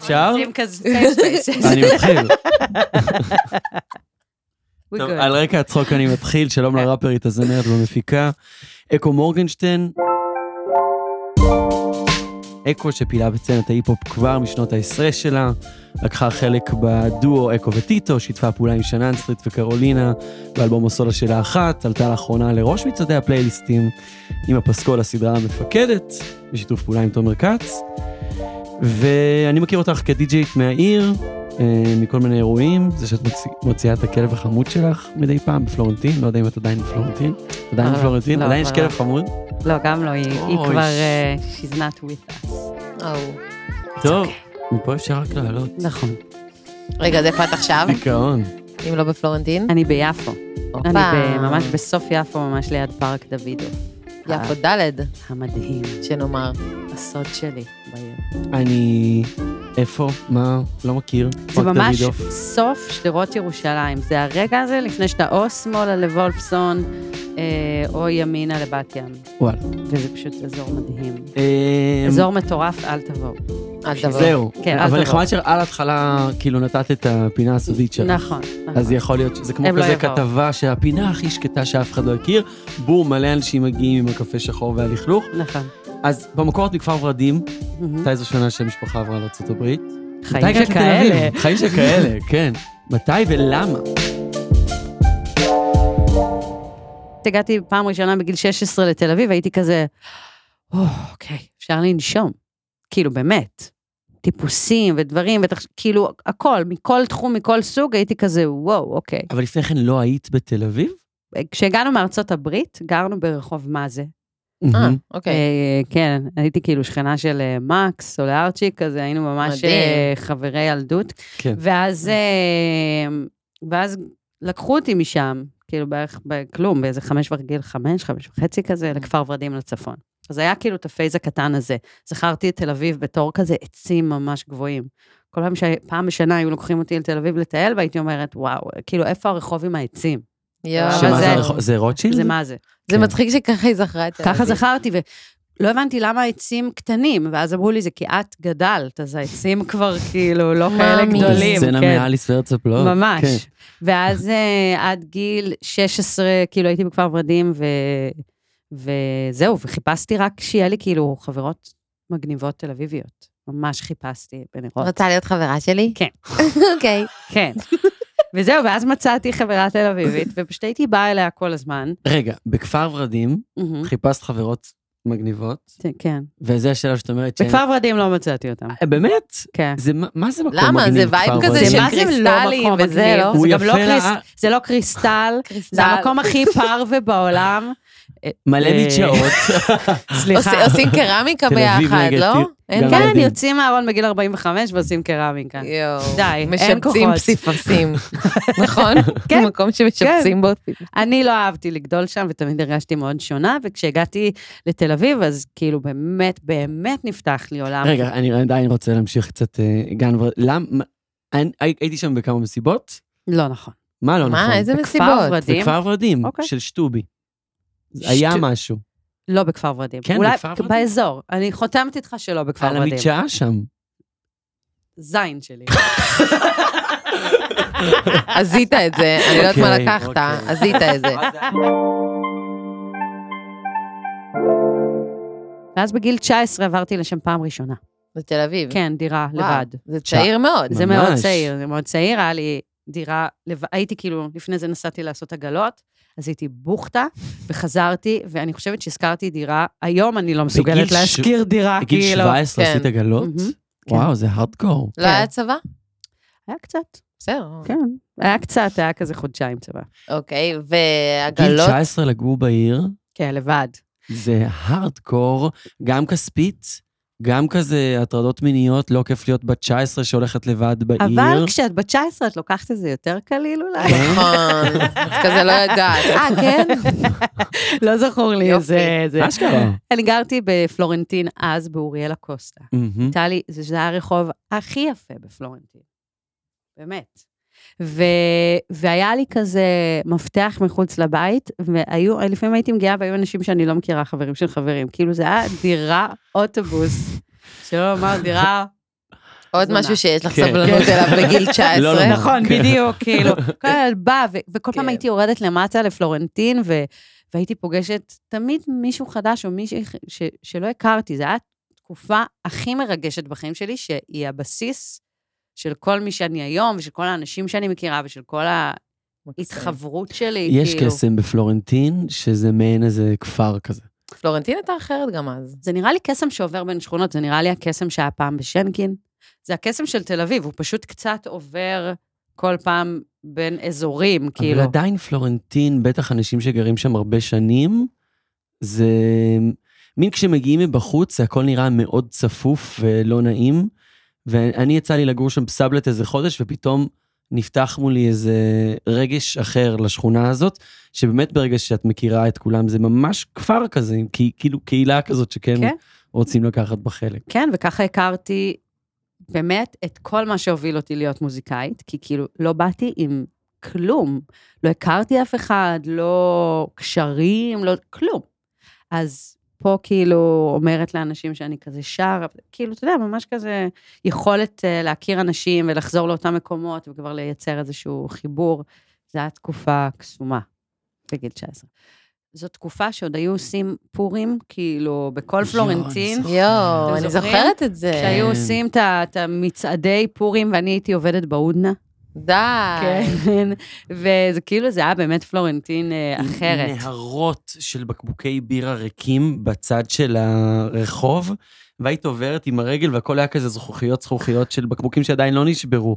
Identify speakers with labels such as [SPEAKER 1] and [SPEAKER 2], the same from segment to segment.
[SPEAKER 1] אפשר?
[SPEAKER 2] שים כזה safe space.
[SPEAKER 1] אני מתחיל.
[SPEAKER 2] We
[SPEAKER 1] טוב,
[SPEAKER 2] good.
[SPEAKER 1] על רקע הצחוק אני מתחיל, שלום לראפרית הזמרת והמפיקה, אקו מורגנשטיין. אקו שפעילה בצנת ההיפ-הופ כבר משנות העשרה שלה, לקחה חלק בדואו אקו וטיטו, שיתפה פעולה עם שננסטריט וקרולינה באלבום הסולה שלה אחת, עלתה לאחרונה לראש מצעדי הפלייליסטים עם הפסקול הסדרה המפקדת, בשיתוף פעולה עם תומר כץ. ואני מכיר אותך כדיג'ית מהעיר, אה, מכל מיני אירועים, זה שאת מוציא- מוציאה את הכלב החמוד שלך מדי פעם בפלורנטין, לא יודע אם את עדיין בפלורנטין, עדיין
[SPEAKER 2] לא,
[SPEAKER 1] בפלורנטין,
[SPEAKER 2] לא,
[SPEAKER 1] עדיין יש
[SPEAKER 2] כבר
[SPEAKER 1] כלב
[SPEAKER 2] לא.
[SPEAKER 1] חמוד.
[SPEAKER 2] לא, גם לא, היא היא
[SPEAKER 1] אוי,
[SPEAKER 2] כבר...
[SPEAKER 1] ש-
[SPEAKER 2] אה, She's not with us.
[SPEAKER 3] אוו.
[SPEAKER 1] טוב,
[SPEAKER 2] אוקיי.
[SPEAKER 1] מפה אפשר רק לעלות.
[SPEAKER 2] נכון.
[SPEAKER 3] רגע, אז איפה את עכשיו?
[SPEAKER 1] דיכאון.
[SPEAKER 3] אם לא בפלורנטין?
[SPEAKER 2] אני ביפו.
[SPEAKER 3] הופה.
[SPEAKER 2] אני ב- ממש בסוף יפו, ממש ליד פארק דוידוף.
[SPEAKER 3] יפו ד',
[SPEAKER 2] המדהים,
[SPEAKER 3] שנאמר.
[SPEAKER 2] הסוד שלי בעיר.
[SPEAKER 1] אני... איפה? מה? לא מכיר.
[SPEAKER 2] זה
[SPEAKER 1] רק
[SPEAKER 2] ממש
[SPEAKER 1] דוידוף.
[SPEAKER 2] סוף שדרות ירושלים. זה הרגע הזה לפני שאתה או שמאלה לוולפסון, אה, או ימינה לבת ים.
[SPEAKER 1] וואלה.
[SPEAKER 2] וזה פשוט אזור מדהים.
[SPEAKER 1] אמ,
[SPEAKER 2] אזור מטורף, אל תבואו.
[SPEAKER 3] אל תבוא.
[SPEAKER 1] זהו.
[SPEAKER 2] כן, אז
[SPEAKER 1] אבל
[SPEAKER 2] תבוא.
[SPEAKER 1] נחמד שעל ההתחלה, כאילו, נתת את הפינה הסודית שלך.
[SPEAKER 2] נכון, נכון.
[SPEAKER 1] אז יכול להיות שזה כמו
[SPEAKER 2] הם לא
[SPEAKER 1] כזה
[SPEAKER 2] יבואו.
[SPEAKER 1] כתבה שהפינה הכי שקטה שאף אחד לא הכיר, בום, מלא אנשים מגיעים עם הקפה שחור והלכלוך.
[SPEAKER 2] נכון.
[SPEAKER 1] אז במקור את מכפר ורדים,
[SPEAKER 2] מהמם.
[SPEAKER 1] מתי זו שנה שהמשפחה עברה לארה"ב? מתי
[SPEAKER 2] חיים
[SPEAKER 1] הגעת לתל
[SPEAKER 2] שכאלה.
[SPEAKER 1] אביב? חיים שכאלה, כן. מתי ולמה?
[SPEAKER 2] הגעתי פעם ראשונה בגיל 16 לתל אביב, הייתי כזה, "או, אוקיי, אפשר לנשום. כאילו, באמת. טיפוסים ודברים, ותח... כאילו, הכל, מכל תחום, מכל סוג, הייתי כזה, וואו, אוקיי.
[SPEAKER 1] אבל לפני כן לא היית בתל אביב?
[SPEAKER 2] כשהגענו מארצות הברית, גרנו ברחוב מאזה.
[SPEAKER 3] אה,
[SPEAKER 1] מהמם.
[SPEAKER 3] אוקיי.
[SPEAKER 2] אה, כן, הייתי כאילו שכנה של אה, מקס או לארצ'יק, כזה היינו ממש
[SPEAKER 3] מדהים.
[SPEAKER 2] אה, חברי ילדות.
[SPEAKER 1] כן.
[SPEAKER 2] ואז, אה, ואז לקחו אותי משם, כאילו בערך בכלום, באיזה חמש וחצי, גיל חמש, חמש וחצי כזה, לכפר ורדים לצפון. אז היה כאילו את הפייז הקטן הזה. זכרתי את תל אביב בתור כזה עצים ממש גבוהים. כל פעם שפעם בשנה היו לוקחים אותי לתל אביב לטייל, והייתי אומרת, וואו, כאילו, איפה הרחוב עם העצים?
[SPEAKER 3] יואו.
[SPEAKER 2] אבל
[SPEAKER 1] שמה
[SPEAKER 2] אה, זה-
[SPEAKER 1] זה הרחוב? זה רוטשילד?
[SPEAKER 2] זה מה זה?
[SPEAKER 3] זה
[SPEAKER 1] כן.
[SPEAKER 3] מצחיק שככה היא זכרה את זה.
[SPEAKER 2] ככה זכרתי, ולא הבנתי למה העצים קטנים, ואז אמרו לי, זה כי את גדלת, אז העצים כבר כאילו לא כאלה
[SPEAKER 3] מאמי.
[SPEAKER 2] גדולים.
[SPEAKER 1] סצנה
[SPEAKER 2] כן.
[SPEAKER 1] מאליס בארץ הפלאות.
[SPEAKER 2] ממש.
[SPEAKER 1] כן.
[SPEAKER 2] ואז אה, עד גיל 16, כאילו הייתי בכפר ורדים, ו... וזהו, וחיפשתי רק שיהיה לי כאילו חברות מגניבות תל אביביות. ממש חיפשתי בנרות.
[SPEAKER 3] רוצה להיות חברה שלי?
[SPEAKER 2] כן.
[SPEAKER 3] אוקיי.
[SPEAKER 2] כן. וזהו, ואז מצאתי חברה תל אביבית, ופשוט הייתי באה אליה כל הזמן.
[SPEAKER 1] רגע, בכפר ורדים
[SPEAKER 2] מהמם.
[SPEAKER 1] חיפשת חברות מגניבות,
[SPEAKER 2] כן.
[SPEAKER 1] וזה השאלה שאת אומרת שאין-
[SPEAKER 2] בכפר ורדים לא מצאתי אותם.
[SPEAKER 1] אה, באמת?
[SPEAKER 2] כן.
[SPEAKER 1] זה מה- מה זה מקום
[SPEAKER 3] למה?
[SPEAKER 1] מגניב?
[SPEAKER 3] זה וייב
[SPEAKER 1] כפר
[SPEAKER 3] כזה
[SPEAKER 1] ורדים?
[SPEAKER 3] של
[SPEAKER 2] זה מה זה
[SPEAKER 3] קריסטלים
[SPEAKER 2] לא מקום
[SPEAKER 3] וזה,
[SPEAKER 2] מגניב,
[SPEAKER 3] לא?
[SPEAKER 1] הוא
[SPEAKER 2] זה גם לא
[SPEAKER 1] יפה
[SPEAKER 2] קריס-
[SPEAKER 1] לאה.
[SPEAKER 2] זה לא קריסטל,
[SPEAKER 3] קריסטל.
[SPEAKER 2] זה המקום הכי פרווה בעולם.
[SPEAKER 1] מלא
[SPEAKER 2] אה,
[SPEAKER 1] מדשאות.
[SPEAKER 2] סליחה.
[SPEAKER 3] עושים- עושים קרמיקה
[SPEAKER 1] תל אביב
[SPEAKER 3] ביחד,
[SPEAKER 1] נגד
[SPEAKER 3] לא?
[SPEAKER 1] תל-
[SPEAKER 3] אין
[SPEAKER 1] גם
[SPEAKER 2] כן,
[SPEAKER 1] מדהים.
[SPEAKER 2] יוצאים מהארון בגיל 45 ועושים קרמיקה.
[SPEAKER 3] יואו.
[SPEAKER 2] די, כן. אין
[SPEAKER 3] משפצים
[SPEAKER 2] כוחות.
[SPEAKER 3] פסיפסים, נכון?
[SPEAKER 2] כן.
[SPEAKER 3] מקום שמשפצים בו.
[SPEAKER 2] אני לא אהבתי לגדול שם ותמיד הרגשתי מאוד שונה, וכשהגעתי לתל אביב, אז כאילו באמת, באמת נפתח לי עולם.
[SPEAKER 1] רגע, אני עדיין רוצה להמשיך קצת אה, גן ור... למה? אני- הייתי שם בכמה מסיבות?
[SPEAKER 2] לא נכון.
[SPEAKER 1] מה לא נכון?
[SPEAKER 3] מה, איזה
[SPEAKER 2] בכפר
[SPEAKER 3] מסיבות?
[SPEAKER 2] ורדים.
[SPEAKER 1] בכפר ורדים,
[SPEAKER 2] אוקיי.
[SPEAKER 1] של שטובי. היה
[SPEAKER 2] שטו-
[SPEAKER 1] משהו.
[SPEAKER 2] לא בכפר ורדים.
[SPEAKER 1] כן,
[SPEAKER 2] אולי
[SPEAKER 1] בכפר ורדים.
[SPEAKER 2] באזור. אני חותמת איתך שלא בכפר
[SPEAKER 1] על
[SPEAKER 2] ורדים.
[SPEAKER 1] המדשאה שם.
[SPEAKER 2] זין שלי.
[SPEAKER 3] עזית את זה, אני לא יודעת מה
[SPEAKER 1] אוקיי,
[SPEAKER 3] לקחת,
[SPEAKER 1] אוקיי.
[SPEAKER 3] עזית את זה.
[SPEAKER 2] ואז בגיל 19 עברתי לשם פעם ראשונה.
[SPEAKER 3] בתל אביב.
[SPEAKER 2] כן, דירה
[SPEAKER 3] וואו,
[SPEAKER 2] לבד.
[SPEAKER 3] זה צעיר מאוד.
[SPEAKER 2] זה
[SPEAKER 1] ממש.
[SPEAKER 2] מאוד צעיר, זה מאוד צעיר, היה לי דירה, לב- הייתי כאילו, לפני זה נסעתי לעשות עגלות, אז הייתי בוכטה, וחזרתי, ואני חושבת שהשכרתי דירה, היום אני לא מסוגלת
[SPEAKER 1] ש-
[SPEAKER 2] להשכיר דירה,
[SPEAKER 1] בגיל
[SPEAKER 2] כאילו.
[SPEAKER 1] 17
[SPEAKER 3] כן.
[SPEAKER 1] עשית עגלות?
[SPEAKER 2] מהמם,
[SPEAKER 1] וואו, זה הארדקור.
[SPEAKER 3] לא
[SPEAKER 2] כן.
[SPEAKER 3] היה צבא?
[SPEAKER 2] היה קצת,
[SPEAKER 3] בסדר.
[SPEAKER 2] כן. היה קצת, היה כזה חודשיים צבא.
[SPEAKER 3] אוקיי,
[SPEAKER 1] גיל
[SPEAKER 3] ועגלות?
[SPEAKER 1] 19 לגור בעיר,
[SPEAKER 2] כן, לבד.
[SPEAKER 1] זה הארדקור, גם כספית, גם כזה הטרדות מיניות, לא כיף להיות בת 19 שהולכת לבד בעיר.
[SPEAKER 2] אבל כשאת בת 19, את לוקחת את זה יותר קליל אולי?
[SPEAKER 1] כן.
[SPEAKER 3] נכון, את כזה לא יודעת.
[SPEAKER 2] אה, כן? לא זכור לי
[SPEAKER 3] יופי.
[SPEAKER 2] איזה... זה.
[SPEAKER 1] אשכרה.
[SPEAKER 2] אני גרתי בפלורנטין אז, באוריאלה קוסטה.
[SPEAKER 1] מהמם.
[SPEAKER 2] הייתה לי, זה זה היה הרחוב הכי יפה בפלורנטין. באמת. ו- והיה לי כזה מפתח מחוץ לבית, והיו, לפעמים הייתי מגיעה והיו אנשים שאני לא מכירה, חברים של חברים. כאילו זה היה דירה אוטובוס, שלא לומר דירה
[SPEAKER 3] עוד
[SPEAKER 2] זונה.
[SPEAKER 3] משהו שיש לך
[SPEAKER 1] כן.
[SPEAKER 3] סבלנות
[SPEAKER 1] כן.
[SPEAKER 3] אליו בגיל
[SPEAKER 1] לא, לא,
[SPEAKER 3] 19.
[SPEAKER 1] מה? כן.
[SPEAKER 2] נכון, בדיוק, כאילו. כל הזמן בא, ו- וכל פעם
[SPEAKER 3] כן.
[SPEAKER 2] הייתי יורדת למטה לפלורנטין, ו- והייתי פוגשת תמיד מישהו חדש או מישהי ח- ש- שלא הכרתי. זו הייתה התקופה הכי מרגשת בחיים שלי, שהיא הבסיס של כל מי שאני היום, ושל כל האנשים שאני מכירה, ושל כל נכון. ההתחברות שלי,
[SPEAKER 1] יש
[SPEAKER 2] כאילו.
[SPEAKER 1] קסם בפלורנטין, שזה מעין איזה כפר כזה.
[SPEAKER 3] פלורנטין הייתה אחרת גם אז.
[SPEAKER 2] זה נראה לי קסם שעובר בין שכונות, זה נראה לי הקסם שהיה פעם בשנקין. זה הקסם של תל אביב, הוא פשוט קצת עובר כל פעם בין אזורים,
[SPEAKER 1] אבל
[SPEAKER 2] כאילו.
[SPEAKER 1] עדיין פלורנטין, בטח אנשים שגרים שם הרבה שנים, זה מין כשמגיעים מבחוץ, זה הכל נראה מאוד צפוף ולא נעים. ואני יצא לי לגור שם בסבלט איזה חודש, ופתאום נפתח מולי איזה רגש אחר לשכונה הזאת, שבאמת ברגע שאת מכירה את כולם, זה ממש כפר כזה, עם קה- כאילו קהילה כזאת שכן
[SPEAKER 2] כן.
[SPEAKER 1] רוצים לקחת בה חלק.
[SPEAKER 2] כן, וככה הכרתי באמת את כל מה שהוביל אותי להיות מוזיקאית, כי כאילו לא באתי עם כלום. לא הכרתי אף אחד, לא קשרים, לא כלום. אז פה כאילו אומרת לאנשים שאני כזה שר, כאילו, אתה יודע, ממש כזה יכולת אה, להכיר אנשים ולחזור לאותם מקומות וכבר לייצר איזשהו חיבור. זו הייתה תקופה קסומה בגיל 19. זו תקופה שעוד היו עושים פורים, כאילו, בכל
[SPEAKER 1] יואו,
[SPEAKER 2] פלורנטין.
[SPEAKER 1] אני זוכרת.
[SPEAKER 3] יואו, אני
[SPEAKER 2] זוכרים?
[SPEAKER 3] זוכרת את זה.
[SPEAKER 1] כן.
[SPEAKER 2] שהיו עושים את ה- את המצעדי פורים, ואני הייתי עובדת בהודנה.
[SPEAKER 3] די.
[SPEAKER 2] כן. וזה כאילו, זה היה באמת פלורנטין אה, אחרת.
[SPEAKER 1] עם נהרות של בקבוקי בירה ריקים בצד של הרחוב, והיית עוברת עם הרגל והכל היה כזה זכוכיות זכוכיות של בקבוקים שעדיין לא נשברו.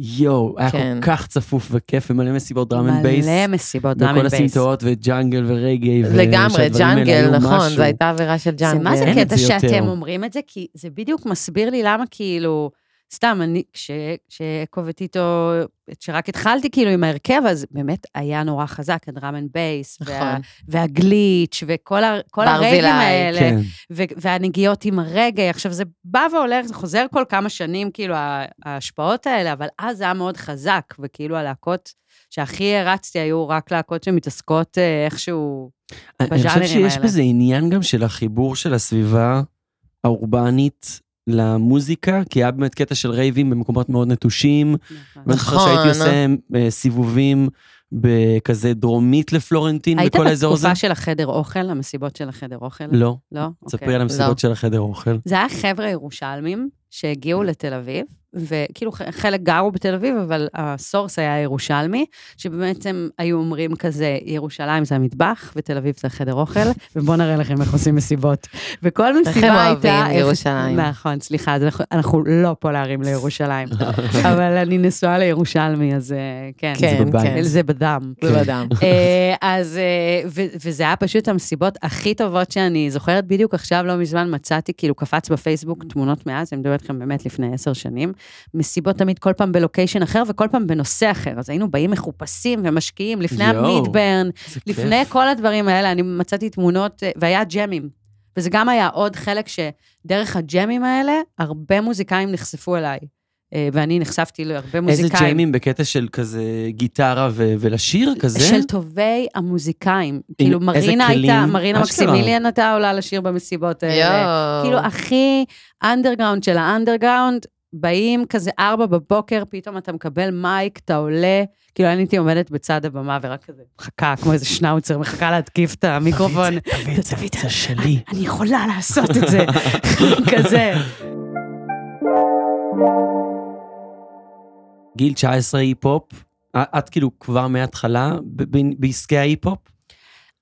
[SPEAKER 1] יואו, היה
[SPEAKER 3] כן.
[SPEAKER 1] כל כך צפוף וכיף ומלא מסיבות דראם אנד בייס.
[SPEAKER 2] מלא מסיבות דראם
[SPEAKER 1] וכל
[SPEAKER 2] אנד בייס.
[SPEAKER 1] הסמטאות וג'אנגל ורגעי. ו-
[SPEAKER 3] לגמרי,
[SPEAKER 1] שהדברים האלה
[SPEAKER 3] ג'אנגל,
[SPEAKER 1] היו
[SPEAKER 3] נכון,
[SPEAKER 1] משהו.
[SPEAKER 3] זו הייתה עבירה של
[SPEAKER 2] זה
[SPEAKER 3] ג'אנגל.
[SPEAKER 2] מה זה
[SPEAKER 1] אין את
[SPEAKER 2] קטע
[SPEAKER 1] זה
[SPEAKER 2] שאתם
[SPEAKER 1] יותר.
[SPEAKER 2] אומרים את זה? כי זה בדיוק מסביר לי למה כאילו, סתם, אני, כש- כשאקו וטיטו, כשרק התחלתי כאילו עם ההרכב, אז באמת היה נורא חזק, הדראם אנד בייס, וה-
[SPEAKER 3] נכון.
[SPEAKER 2] והגליץ', וכל ה- כל
[SPEAKER 3] ברזילי,
[SPEAKER 2] הרייבים האלה.
[SPEAKER 1] כן,
[SPEAKER 2] ו- והנגיעות עם הרגע, עכשיו זה בא והולך, זה חוזר כל כמה שנים, כאילו, ה- ההשפעות האלה, אבל אז זה היה מאוד חזק, וכאילו הלהקות שהכי הרצתי היו רק להקות שמתעסקות אה, איכשהו...
[SPEAKER 1] אני אני חושב
[SPEAKER 2] בז'אנרים
[SPEAKER 1] שיש
[SPEAKER 2] האלה.
[SPEAKER 1] בזה עניין גם של החיבור של הסביבה האורבנית למוזיקה, כי היה באמת קטע של רייבים במקומות מאוד נטושים, ואני זוכר
[SPEAKER 3] נכון.
[SPEAKER 1] שהייתי עושה אה, סיבובים בכזה דרומית לפלורנטין,
[SPEAKER 2] היית
[SPEAKER 1] בכל האזור הזה.
[SPEAKER 2] בתקופה של החדר אוכל, המסיבות של החדר אוכל?
[SPEAKER 1] לא,
[SPEAKER 2] לא?
[SPEAKER 1] תספרי
[SPEAKER 2] אוקיי.
[SPEAKER 1] על
[SPEAKER 3] לא.
[SPEAKER 1] המסיבות של החדר אוכל.
[SPEAKER 2] זה היה חבר'ה ירושלמים שהגיעו לתל אביב, וכאילו ח- חלק גרו בתל אביב, אבל הסורס היה ירושלמי, שבעצם היו אומרים כזה, ירושלים זה המטבח, ותל אביב זה חדר אוכל, ובואו נראה לכם איך עושים מסיבות. וכל
[SPEAKER 3] איך הם
[SPEAKER 2] מסיבה הייתה...
[SPEAKER 3] אוהבים
[SPEAKER 2] איך-
[SPEAKER 3] ירושלים.
[SPEAKER 2] נכון, סליחה, אז אנחנו, אנחנו לא פה להרים לירושלים, אבל אני נשואה לירושלמי, אז אה, כן,
[SPEAKER 3] כן,
[SPEAKER 1] בבית.
[SPEAKER 3] כן.
[SPEAKER 2] זה בדם.
[SPEAKER 3] זה בדם.
[SPEAKER 2] אה, אז, אה, ו- וזה היה פשוט המסיבות הכי טובות שאני זוכרת. בדיוק עכשיו, לא מזמן מצאתי, כאילו קפץ בפייסבוק תמונות מאז, אני מדברת איתכם באמת לפני עשר שנים. מסיבות תמיד כל פעם בלוקיישן אחר וכל פעם בנושא אחר. אז היינו באים מחופשים ומשקיעים לפני
[SPEAKER 1] יואו.
[SPEAKER 2] המידברן,
[SPEAKER 1] איזה כיף.
[SPEAKER 2] לפני כל הדברים האלה. אני מצאתי תמונות, אה, והיה ג'מים. וזה גם היה עוד חלק שדרך הג'מים האלה, הרבה מוזיקאים נחשפו אליי. אה, ואני נחשפתי להרבה
[SPEAKER 1] איזה
[SPEAKER 2] מוזיקאים.
[SPEAKER 1] ג'יימים בקטע של כזה גיטרה ו- ולשיר כזה?
[SPEAKER 2] של טובי המוזיקאים. כאילו,
[SPEAKER 1] איזה
[SPEAKER 2] מרינה הייתה,
[SPEAKER 1] כלים?
[SPEAKER 2] מרינה
[SPEAKER 1] אשכרה.
[SPEAKER 2] מקסימיליאן הייתה עולה לשיר במסיבות האלה.
[SPEAKER 3] יואו.
[SPEAKER 2] כאילו, הכי אנדרגראונד של האנדרגראונד, באים כזה ארבע בבוקר, פתאום אתה מקבל מייק, אתה עולה. כאילו, אני הייתי עומדת בצד הבמה ורק כזה מחכה, כמו איזה שנאוצר, מחכה להתקיף את המיקרופון.
[SPEAKER 1] תביא את זה, תביא את זה שלי.
[SPEAKER 2] אני יכולה לעשות את זה, כזה.
[SPEAKER 1] גיל 19 אי-פופ, א- את כאילו כבר מההתחלה ב- ב- בעסקי האי-פופ?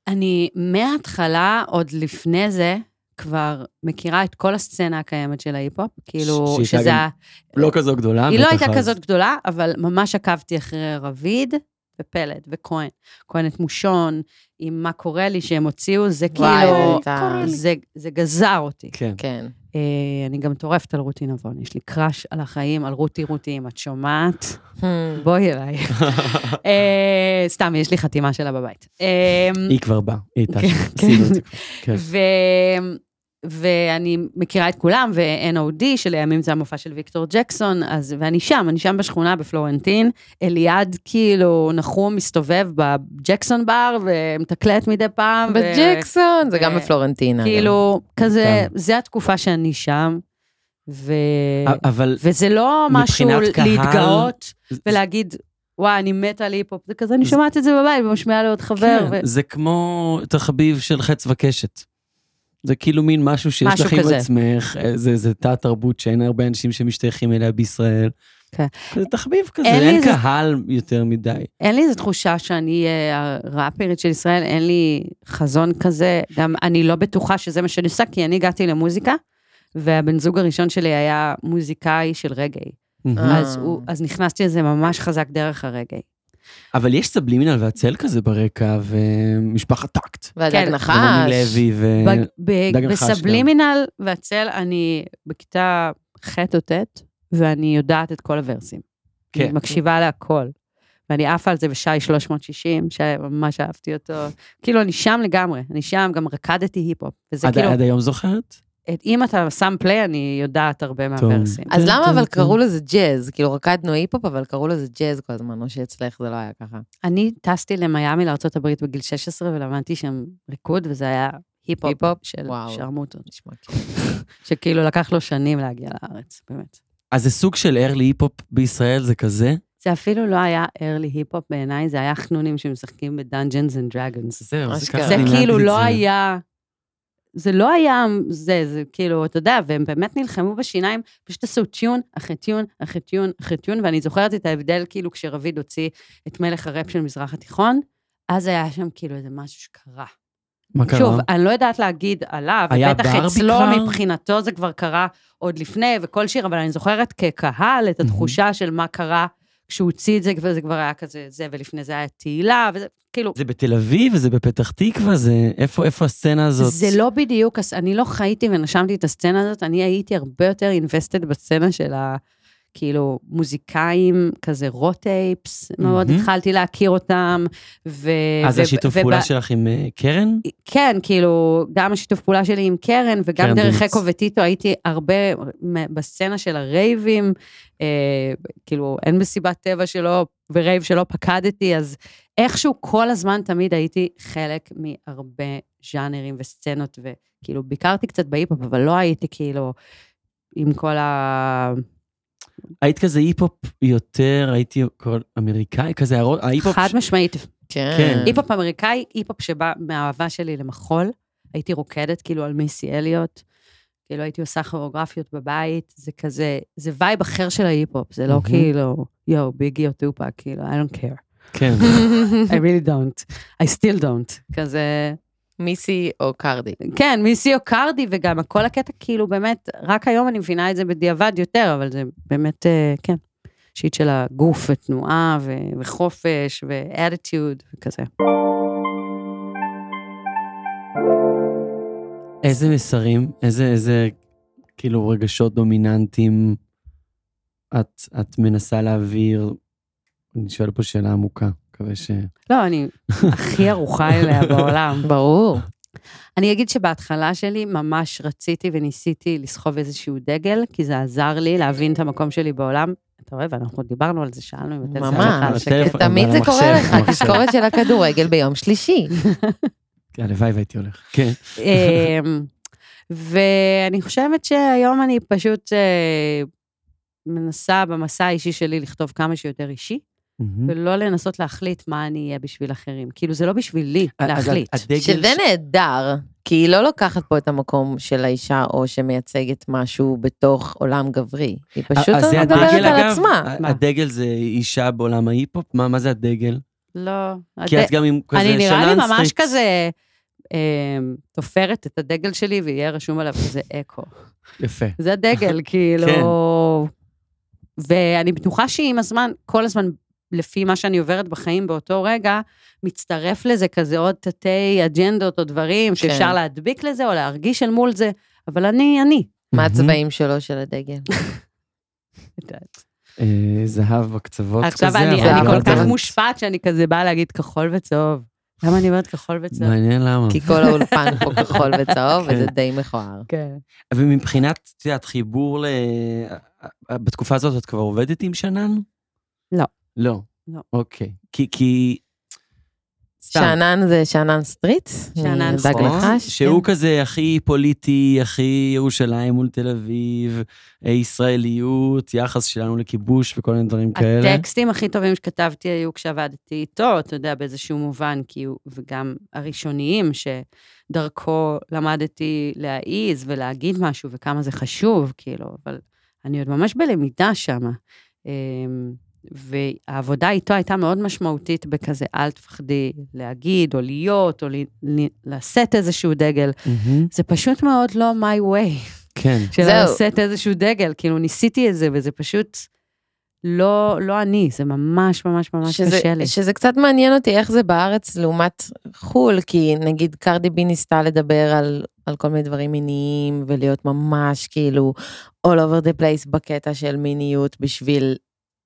[SPEAKER 2] אני מההתחלה, עוד לפני זה, כבר מכירה את כל הסצנה הקיימת של ההיפ-הופ, כאילו,
[SPEAKER 1] שהייתה
[SPEAKER 2] שזה
[SPEAKER 1] גם
[SPEAKER 2] ה-
[SPEAKER 1] לא כזו גדולה,
[SPEAKER 2] היא לא
[SPEAKER 1] בטח
[SPEAKER 2] הייתה
[SPEAKER 1] אז.
[SPEAKER 2] כזאת גדולה, אבל ממש עקבתי אחרי רביד ופלד וכהן. כהן את מושון, עם מה קורה לי שהם הוציאו, זה
[SPEAKER 3] וואי,
[SPEAKER 2] כאילו,
[SPEAKER 3] זה הייתה-
[SPEAKER 2] זה- זה גזר אותי.
[SPEAKER 1] כן.
[SPEAKER 3] כן.
[SPEAKER 2] אה, אני גם מטורפת על רותי נבון, יש לי קראש על החיים, על רותי רותי, אם את שומעת, בואי אליי. אה, סתם, יש לי חתימה שלה בבית. אה,
[SPEAKER 1] היא כבר באה, היא הייתה,
[SPEAKER 2] כן,
[SPEAKER 1] שם, עשינו את זה. כן.
[SPEAKER 2] ו... ואני מכירה את כולם, ו-NOD, שלימים זה המופע של ויקטור ג'קסון, אז, ואני שם, אני שם בשכונה בפלורנטין, אליעד כאילו נחום מסתובב בג'קסון בר, ומתקלט מדי פעם. ו-
[SPEAKER 3] בג'קסון, זה גם
[SPEAKER 2] ו-
[SPEAKER 3] בפלורנטינה. גם.
[SPEAKER 1] כן.
[SPEAKER 2] כאילו, כזה,
[SPEAKER 1] מטעם.
[SPEAKER 2] זה התקופה שאני שם, ו...
[SPEAKER 1] אבל
[SPEAKER 2] וזה לא
[SPEAKER 1] אה, מבחינת
[SPEAKER 2] משהו
[SPEAKER 1] קהל-
[SPEAKER 2] להתגאות ולהגיד, וואי, אני מתה על היפ-הופ. זה כזה, אני
[SPEAKER 1] זה-
[SPEAKER 2] שומעת את זה בבית ומשמיעה לעוד חבר.
[SPEAKER 1] כן,
[SPEAKER 2] ו-
[SPEAKER 1] זה כמו תחביב של חץ וקשת. זה כאילו מין משהו שיש
[SPEAKER 2] משהו
[SPEAKER 1] לך עם
[SPEAKER 2] כזה.
[SPEAKER 1] עצמך, אה, זה, זה תא תרבות שאין הרבה אנשים שמשתייכים אליה בישראל.
[SPEAKER 2] כן.
[SPEAKER 1] זה תחביב כזה,
[SPEAKER 2] אין
[SPEAKER 1] אין,
[SPEAKER 2] לי איזה-
[SPEAKER 1] קהל יותר מדי.
[SPEAKER 2] אין לי איזו תחושה שאני אה, הראפרית של ישראל, אין לי חזון כזה. גם אני לא בטוחה שזה מה שאני עושה, כי אני הגעתי למוזיקה, והבן זוג הראשון שלי היה מוזיקאי של רגעי.
[SPEAKER 3] אה.
[SPEAKER 2] אז, הוא, אז נכנסתי לזה ממש חזק דרך הרגעי.
[SPEAKER 1] אבל יש סבלימינל והצל כזה ברקע, ומשפחת טקט.
[SPEAKER 3] והדג
[SPEAKER 2] כן.
[SPEAKER 1] ורוני
[SPEAKER 3] נחש.
[SPEAKER 1] לוי, ו...
[SPEAKER 2] ב- ב-
[SPEAKER 1] דג נחש אה, גם.
[SPEAKER 2] בסבלימינל והצל, אני בכיתה ח' או ט', ואני יודעת את כל הוורסים.
[SPEAKER 1] כן.
[SPEAKER 2] אני מקשיבה להכל. ואני עפה על זה בשי 360, שממש אהבתי אותו. כאילו, אני שם לגמרי, אני שם, גם רקדתי היפ-הופ. וזה
[SPEAKER 1] עד,
[SPEAKER 2] כאילו,
[SPEAKER 1] עד היום זוכרת?
[SPEAKER 2] את- אם אתה שם פליי, אני יודעת הרבה
[SPEAKER 1] טוב.
[SPEAKER 2] מהוורסים.
[SPEAKER 3] אז
[SPEAKER 1] טן,
[SPEAKER 3] למה
[SPEAKER 1] טן,
[SPEAKER 3] אבל
[SPEAKER 1] טן.
[SPEAKER 3] קראו לזה ג'אז? כאילו רקדנו היפ-הופ, אבל קראו לזה ג'אז כל הזמן, או שאצלך זה לא היה ככה.
[SPEAKER 2] אני טסתי למיאמי לארה"ב בגיל 16 ולמדתי שם ריקוד, וזה היה היפ-הופ
[SPEAKER 3] היפ-הופ?
[SPEAKER 2] של
[SPEAKER 3] וואו.
[SPEAKER 2] שרמוטות,
[SPEAKER 3] נשמע כאילו.
[SPEAKER 2] שכאילו לקח לו שנים להגיע לארץ, באמת.
[SPEAKER 1] אז זה סוג של early היפ-הופ בישראל, זה כזה?
[SPEAKER 2] זה אפילו לא היה early היפ-הופ בעיניי, זה היה חנונים שמשחקים בדאנג'נס אנד דרגונס.
[SPEAKER 1] זהו, זה
[SPEAKER 3] אשכרה.
[SPEAKER 1] ככה
[SPEAKER 2] זה
[SPEAKER 1] אני למדתי
[SPEAKER 2] כאילו
[SPEAKER 1] את
[SPEAKER 2] לא
[SPEAKER 1] זה.
[SPEAKER 2] היה... זה לא היה זה, זה כאילו, אתה יודע, והם באמת נלחמו בשיניים, פשוט עשו טיון אחרי טיון אחרי טיון אחרי טיון, ואני זוכרת את ההבדל, כאילו, כשרביד הוציא את מלך הראפ של מזרח התיכון, אז היה שם כאילו איזה משהו שקרה.
[SPEAKER 1] מה קרה?
[SPEAKER 2] שוב, אני לא יודעת להגיד עליו,
[SPEAKER 1] היה
[SPEAKER 2] ובטח
[SPEAKER 1] ברבי
[SPEAKER 2] אצלו
[SPEAKER 1] כבר?
[SPEAKER 2] מבחינתו זה כבר קרה עוד לפני, וכל שיר, אבל אני זוכרת כקהל את
[SPEAKER 1] מהמם.
[SPEAKER 2] התחושה של מה קרה כשהוא הוציא את זה, וזה כבר היה כזה זה, ולפני זה היה תהילה, וזה, כאילו,
[SPEAKER 1] זה בתל אביב, זה בפתח תקווה, זה... איפה, איפה הסצנה הזאת?
[SPEAKER 2] זה לא בדיוק, הס- אני לא חייתי ונשמתי את הסצנה הזאת, אני הייתי הרבה יותר invested בסצנה של ה... כאילו, מוזיקאים, כזה רוטייפס, מאוד
[SPEAKER 1] מהמם.
[SPEAKER 2] התחלתי להכיר אותם, ו...
[SPEAKER 1] אז
[SPEAKER 2] ו-
[SPEAKER 1] אה, השיתוף
[SPEAKER 2] ו-
[SPEAKER 1] פעולה
[SPEAKER 2] ב-
[SPEAKER 1] שלך עם אה, קרן?
[SPEAKER 2] כן, כאילו, גם השיתוף פעולה שלי עם קרן, וגם
[SPEAKER 1] קרן
[SPEAKER 2] דרך
[SPEAKER 1] דוניץ.
[SPEAKER 2] אקו וטיטו הייתי הרבה מ- בסצנה של הרייבים, אה, כאילו, אין מסיבת טבע שלא, ורייב שלא פקדתי, אז איכשהו כל הזמן תמיד הייתי חלק מהרבה ז'אנרים וסצנות, וכאילו, ביקרתי קצת בהיפ-הופ, אבל לא הייתי כאילו עם כל ה...
[SPEAKER 1] היית כזה היפ-הופ יותר, הייתי קורא- אמריקאי כזה, הרו- ההיפ-הופ...
[SPEAKER 2] חד
[SPEAKER 1] ש-
[SPEAKER 2] משמעית,
[SPEAKER 1] כן.
[SPEAKER 3] כן.
[SPEAKER 2] היפ-הופ אמריקאי, היפ-הופ שבא מהאהבה שלי למחול. הייתי רוקדת כאילו על מיסי אליוט, כאילו הייתי עושה כוריאוגרפיות בבית, זה כזה, זה וייב אחר של ההיפ-הופ, זה לא
[SPEAKER 1] מהמם.
[SPEAKER 2] כאילו, יואו, ביגי או טופק, כאילו, I don't care.
[SPEAKER 1] כן.
[SPEAKER 2] I really don't. I still don't. כזה,
[SPEAKER 3] מיסי או קרדי.
[SPEAKER 2] כן, מיסי או קרדי, וגם כל הקטע, כאילו, באמת, רק היום אני מבינה את זה בדיעבד יותר, אבל זה באמת, אה, כן, שיט של הגוף ותנועה ו- וחופש ואטיטיוד וכזה.
[SPEAKER 1] איזה מסרים, איזה, איזה, כאילו, רגשות דומיננטיים את, את מנסה להעביר? אני שואל פה שאלה עמוקה, מקווה ש...
[SPEAKER 2] לא, אני הכי ערוכה אליה בעולם.
[SPEAKER 3] ברור.
[SPEAKER 2] אני אגיד שבהתחלה שלי ממש רציתי וניסיתי לסחוב איזשהו דגל, כי זה עזר לי להבין את המקום שלי בעולם. אתה רואה, ואנחנו עוד דיברנו על זה, שאלנו אם הטלפון
[SPEAKER 3] ממש.
[SPEAKER 2] שלך שקט.
[SPEAKER 1] הטלפון.
[SPEAKER 3] תמיד
[SPEAKER 1] אבל
[SPEAKER 3] זה
[SPEAKER 1] המחשב,
[SPEAKER 3] קורה לך,
[SPEAKER 1] המחשב.
[SPEAKER 3] תזכורת של הכדורגל ביום שלישי.
[SPEAKER 1] הלוואי והייתי הולך. כן.
[SPEAKER 2] אמ, ואני חושבת שהיום אני פשוט אה, מנסה במסע האישי שלי לכתוב כמה שיותר אישי,
[SPEAKER 1] Mm-hmm.
[SPEAKER 2] ולא לנסות להחליט מה אני אהיה בשביל אחרים. כאילו, זה לא בשבילי
[SPEAKER 1] אה, אז
[SPEAKER 2] להחליט.
[SPEAKER 1] הדגל
[SPEAKER 3] שזה
[SPEAKER 1] ש-
[SPEAKER 3] נהדר, כי היא לא לוקחת פה את המקום של האישה, או שמייצגת משהו בתוך עולם גברי. היא פשוט
[SPEAKER 1] אה,
[SPEAKER 3] לא
[SPEAKER 1] אז זה
[SPEAKER 3] מדברת
[SPEAKER 1] הדגל,
[SPEAKER 3] על
[SPEAKER 1] אגב? אה,
[SPEAKER 3] עצמה.
[SPEAKER 1] ה- הדגל זה אישה בעולם ההיפ-הופ? מה מה זה הדגל?
[SPEAKER 2] לא.
[SPEAKER 1] כי את גם עם כזה
[SPEAKER 2] אני נראה לי
[SPEAKER 1] שלנסטריט.
[SPEAKER 2] ממש כזה אה, תופרת את הדגל שלי ויהיה רשום עליו שזה אקו.
[SPEAKER 1] יפה.
[SPEAKER 2] זה הדגל, כאילו...
[SPEAKER 1] כן.
[SPEAKER 2] ואני בטוחה שעם הזמן, כל הזמן, לפי מה שאני עוברת בחיים באותו רגע, מצטרף לזה כזה עוד תתי אג'נדות או דברים שאפשר
[SPEAKER 3] כן.
[SPEAKER 2] להדביק לזה או להרגיש אל מול זה, אבל אני, אני.
[SPEAKER 3] מה
[SPEAKER 1] מהמם.
[SPEAKER 3] הצבעים שלו של הדגל?
[SPEAKER 1] אה, זהב בקצוות כזה.
[SPEAKER 2] עכשיו אני,
[SPEAKER 1] אבל
[SPEAKER 2] אני
[SPEAKER 1] לא
[SPEAKER 2] כל
[SPEAKER 1] יודעת.
[SPEAKER 2] כך מושפעת שאני כזה באה להגיד כחול וצהוב. למה אני אומרת כחול וצהוב?
[SPEAKER 1] מעניין למה.
[SPEAKER 3] כי כל האולפן פה כחול וצהוב,
[SPEAKER 1] כן.
[SPEAKER 3] וזה די מכוער.
[SPEAKER 2] כן.
[SPEAKER 1] ומבחינת, את יודעת, חיבור ל... בתקופה הזאת את כבר עובדת עם שנן?
[SPEAKER 2] לא.
[SPEAKER 1] לא.
[SPEAKER 2] לא.
[SPEAKER 1] אוקיי. כי, כי סתם.
[SPEAKER 3] שאנן זה שאנן סטריט?
[SPEAKER 2] שאנן
[SPEAKER 3] אני
[SPEAKER 2] סטריט.
[SPEAKER 3] אדאג לך.
[SPEAKER 1] שהוא
[SPEAKER 2] כן.
[SPEAKER 1] כזה הכי פוליטי, הכי ירושלים מול תל אביב, אה, ישראליות, יחס שלנו לכיבוש וכל מיני דברים כאלה.
[SPEAKER 2] הטקסטים הכי טובים שכתבתי היו כשעבדתי איתו, אתה יודע, באיזשהו מובן, כי הוא, וגם הראשוניים שדרכו למדתי להעיז ולהגיד משהו וכמה זה חשוב, כאילו, אבל אני עוד ממש בלמידה שמה. אמ, והעבודה איתו הייתה מאוד משמעותית בכזה, אל תפחדי להגיד, או להיות, או ל- ל- לשאת איזשהו דגל.
[SPEAKER 1] מהמם.
[SPEAKER 2] זה פשוט מאוד לא my way.
[SPEAKER 1] כן.
[SPEAKER 2] של
[SPEAKER 3] זהו.
[SPEAKER 2] לשאת איזשהו דגל, כאילו ניסיתי את זה, וזה פשוט לא, לא אני, זה ממש ממש ממש
[SPEAKER 3] שזה,
[SPEAKER 2] קשה לי.
[SPEAKER 3] שזה קצת מעניין אותי איך זה בארץ לעומת חו"ל, כי נגיד קרדי בי ניסתה לדבר על, על כל מיני דברים מיניים ולהיות ממש כאילו all over the place בקטע של מיניות בשביל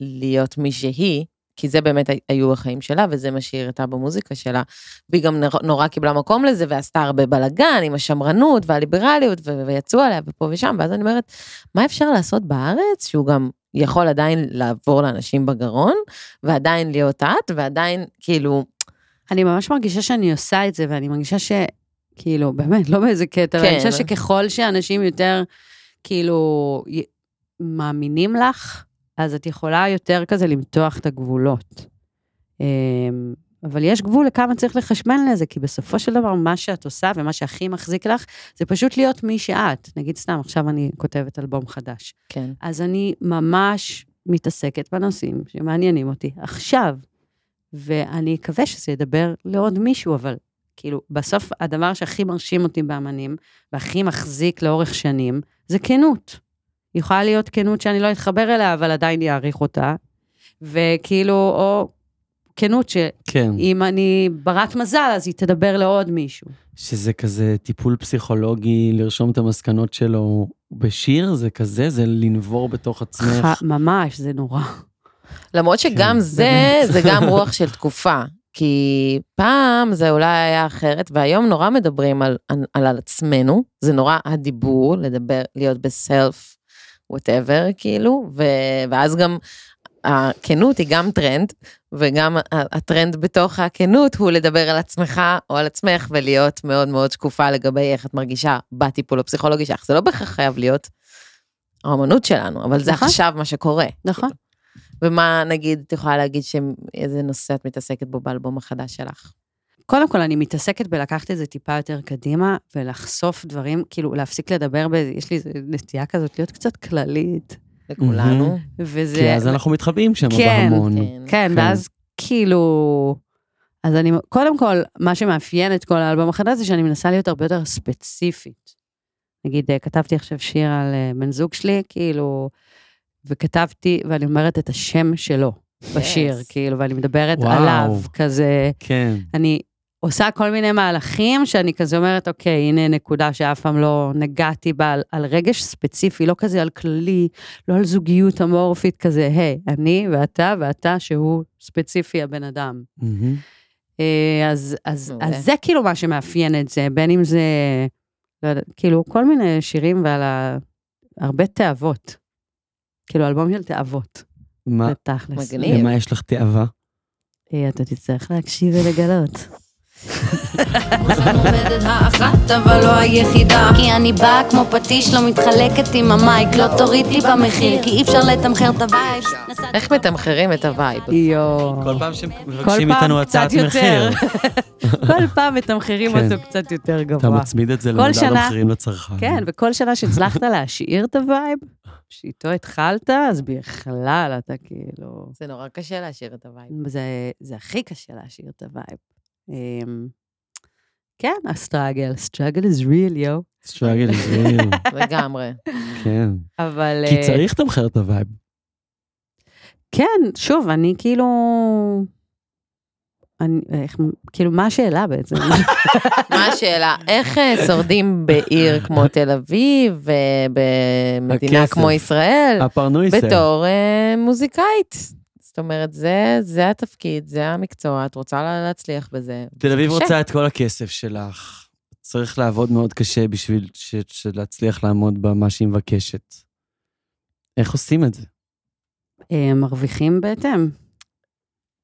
[SPEAKER 3] להיות מי שהיא, כי זה באמת היו החיים שלה וזה מה שהיא הראתה במוזיקה שלה. והיא גם נורא, נורא קיבלה מקום לזה ועשתה הרבה בלאגן עם השמרנות והליברליות ו- ויצאו עליה ופה ושם, ואז אני אומרת, מה אפשר לעשות בארץ שהוא גם יכול עדיין לעבור לאנשים בגרון? ועדיין להיות את, ועדיין כאילו,
[SPEAKER 2] אני ממש מרגישה שאני עושה את זה, ואני מרגישה ש... כאילו, באמת, לא באיזה קטע, אבל
[SPEAKER 3] כן.
[SPEAKER 2] אני חושבת שככל שאנשים יותר, כאילו, י- מאמינים לך, אז את יכולה יותר כזה למתוח את הגבולות. אמ, אבל יש גבול לכמה צריך לחשמל לזה, כי בסופו של דבר, מה שאת עושה ומה שהכי מחזיק לך, זה פשוט להיות מי שאת. נגיד סתם, עכשיו אני כותבת אלבום חדש.
[SPEAKER 3] כן.
[SPEAKER 2] אז אני ממש מתעסקת בנושאים שמעניינים אותי עכשיו, ואני אקווה שזה ידבר לעוד מישהו, אבל כאילו, בסוף הדבר שהכי מרשים אותי באמנים, והכי מחזיק לאורך שנים, זה כנות. יכולה להיות כנות שאני לא אתחבר אליה, אבל עדיין יעריך אותה, וכאילו, או כנות שאם
[SPEAKER 1] כן.
[SPEAKER 2] אני ברת מזל, אז היא תדבר לעוד מישהו.
[SPEAKER 1] שזה כזה טיפול פסיכולוגי, לרשום את המסקנות שלו בשיר, זה כזה, זה לנבור בתוך עצמך.
[SPEAKER 2] ח- ממש, זה נורא.
[SPEAKER 3] למרות שגם
[SPEAKER 1] כן,
[SPEAKER 3] זה, זה גם רוח של תקופה. כי פעם זה אולי היה אחרת, והיום נורא מדברים על, על, על עצמנו, זה נורא הדיבור, לדבר, להיות בסלף, וואטאבר, כאילו, ו, ואז גם הכנות היא גם טרנד, וגם ה- הטרנד בתוך הכנות הוא לדבר על עצמך או על עצמך ולהיות מאוד מאוד שקופה לגבי איך את מרגישה בטיפול הפסיכולוגי שלך. זה לא בהכרח חייב להיות האמנות שלנו, אבל זה
[SPEAKER 2] נכון.
[SPEAKER 3] עכשיו מה שקורה.
[SPEAKER 2] נכון.
[SPEAKER 3] ומה נגיד את יכולה להגיד שאיזה נושא את מתעסקת בו באלבום החדש שלך?
[SPEAKER 2] קודם כל, אני מתעסקת בלקחת את זה טיפה יותר קדימה ולחשוף דברים, כאילו, להפסיק לדבר, ב... יש לי איזו נטייה כזאת להיות קצת כללית,
[SPEAKER 3] לכולנו.
[SPEAKER 2] וזה...
[SPEAKER 1] כי אז אנחנו מתחבאים שם
[SPEAKER 2] כן,
[SPEAKER 1] בהמון.
[SPEAKER 2] כן,
[SPEAKER 1] כן.
[SPEAKER 2] ואז כאילו... אז אני, קודם כל, מה שמאפיין את כל האלבום החדש זה שאני מנסה להיות הרבה יותר ספציפית. נגיד, אה, כתבתי עכשיו שיר על אה, בן זוג שלי, כאילו, וכתבתי, ואני אומרת את השם שלו בשיר,
[SPEAKER 3] Yes.
[SPEAKER 2] כאילו, ואני מדברת
[SPEAKER 1] וואו.
[SPEAKER 2] עליו, כזה...
[SPEAKER 1] כן.
[SPEAKER 2] אני עושה כל מיני מהלכים שאני כזה אומרת, אוקיי, הנה נקודה שאף פעם לא נגעתי בה על, על רגש ספציפי, לא כזה על כללי, לא על זוגיות אמורפית כזה, היי, אני ואתה ואתה שהוא ספציפי הבן אדם.
[SPEAKER 1] מהמם.
[SPEAKER 2] אה, אז, אז,
[SPEAKER 3] מעולה.
[SPEAKER 2] אז זה כאילו מה שמאפיין את זה, בין אם זה, לא יודעת, כאילו, כל מיני שירים ועל ה... הרבה תאוות. כאילו, אלבום של תאוות,
[SPEAKER 1] מה-
[SPEAKER 2] זה תכלס.
[SPEAKER 3] אה, מגניב.
[SPEAKER 1] למה יש לך תאווה?
[SPEAKER 2] אה, אתה תצטרך להקשיב ולגלות.
[SPEAKER 4] עומדת האחת אבל לא היחידה כי אני באה כמו פטיש לא מתחלקת עם המייק לא תוריד לי במחיר כי אי אפשר לתמחר את הווייב
[SPEAKER 3] איך מתמחרים את הווייב?
[SPEAKER 2] יואו.
[SPEAKER 1] כל פעם
[SPEAKER 2] כל
[SPEAKER 1] שמבקשים
[SPEAKER 2] פעם
[SPEAKER 1] איתנו
[SPEAKER 2] קצת
[SPEAKER 1] הצעת
[SPEAKER 2] יותר.
[SPEAKER 1] מחיר,
[SPEAKER 2] כל פעם מתמחרים
[SPEAKER 1] כן.
[SPEAKER 2] אותו קצת יותר
[SPEAKER 1] אתה
[SPEAKER 2] גבוה.
[SPEAKER 1] מצמיד את זה
[SPEAKER 2] כל
[SPEAKER 1] למדד
[SPEAKER 2] שנה-
[SPEAKER 1] המחירים לצרכן.
[SPEAKER 2] כן, וכל שנה שהצלחת להשאיר את הווייב, שאיתו התחלת, אז בכלל אתה כאילו...
[SPEAKER 3] זה נורא קשה להשאיר את הווייב.
[SPEAKER 2] זה, זה הכי קשה להשאיר את הווייב. אמ, כן, הסטראגל, struggle is real, יו.
[SPEAKER 1] שרגל, זהו,
[SPEAKER 3] לגמרי.
[SPEAKER 1] כן.
[SPEAKER 2] אבל...
[SPEAKER 1] כי
[SPEAKER 2] אה,
[SPEAKER 1] צריך לתמחר את הווייב.
[SPEAKER 2] כן, שוב, אני כאילו... אני, איך, כאילו, מה השאלה בעצם?
[SPEAKER 3] מה השאלה? איך אה, שורדים בעיר כמו תל אביב ובמדינה
[SPEAKER 1] הכסף.
[SPEAKER 3] כמו ישראל
[SPEAKER 1] הפרנויסר.
[SPEAKER 3] בתור אה, מוזיקאית? זאת אומרת, זה, זה התפקיד, זה המקצוע, את רוצה לה- להצליח בזה.
[SPEAKER 1] תל אביב
[SPEAKER 3] קשה.
[SPEAKER 1] רוצה את כל הכסף שלך. צריך לעבוד מאוד קשה בשביל ש- ש- להצליח לעמוד במה שהיא מבקשת. איך עושים את זה?
[SPEAKER 2] אה, מרוויחים בהתאם.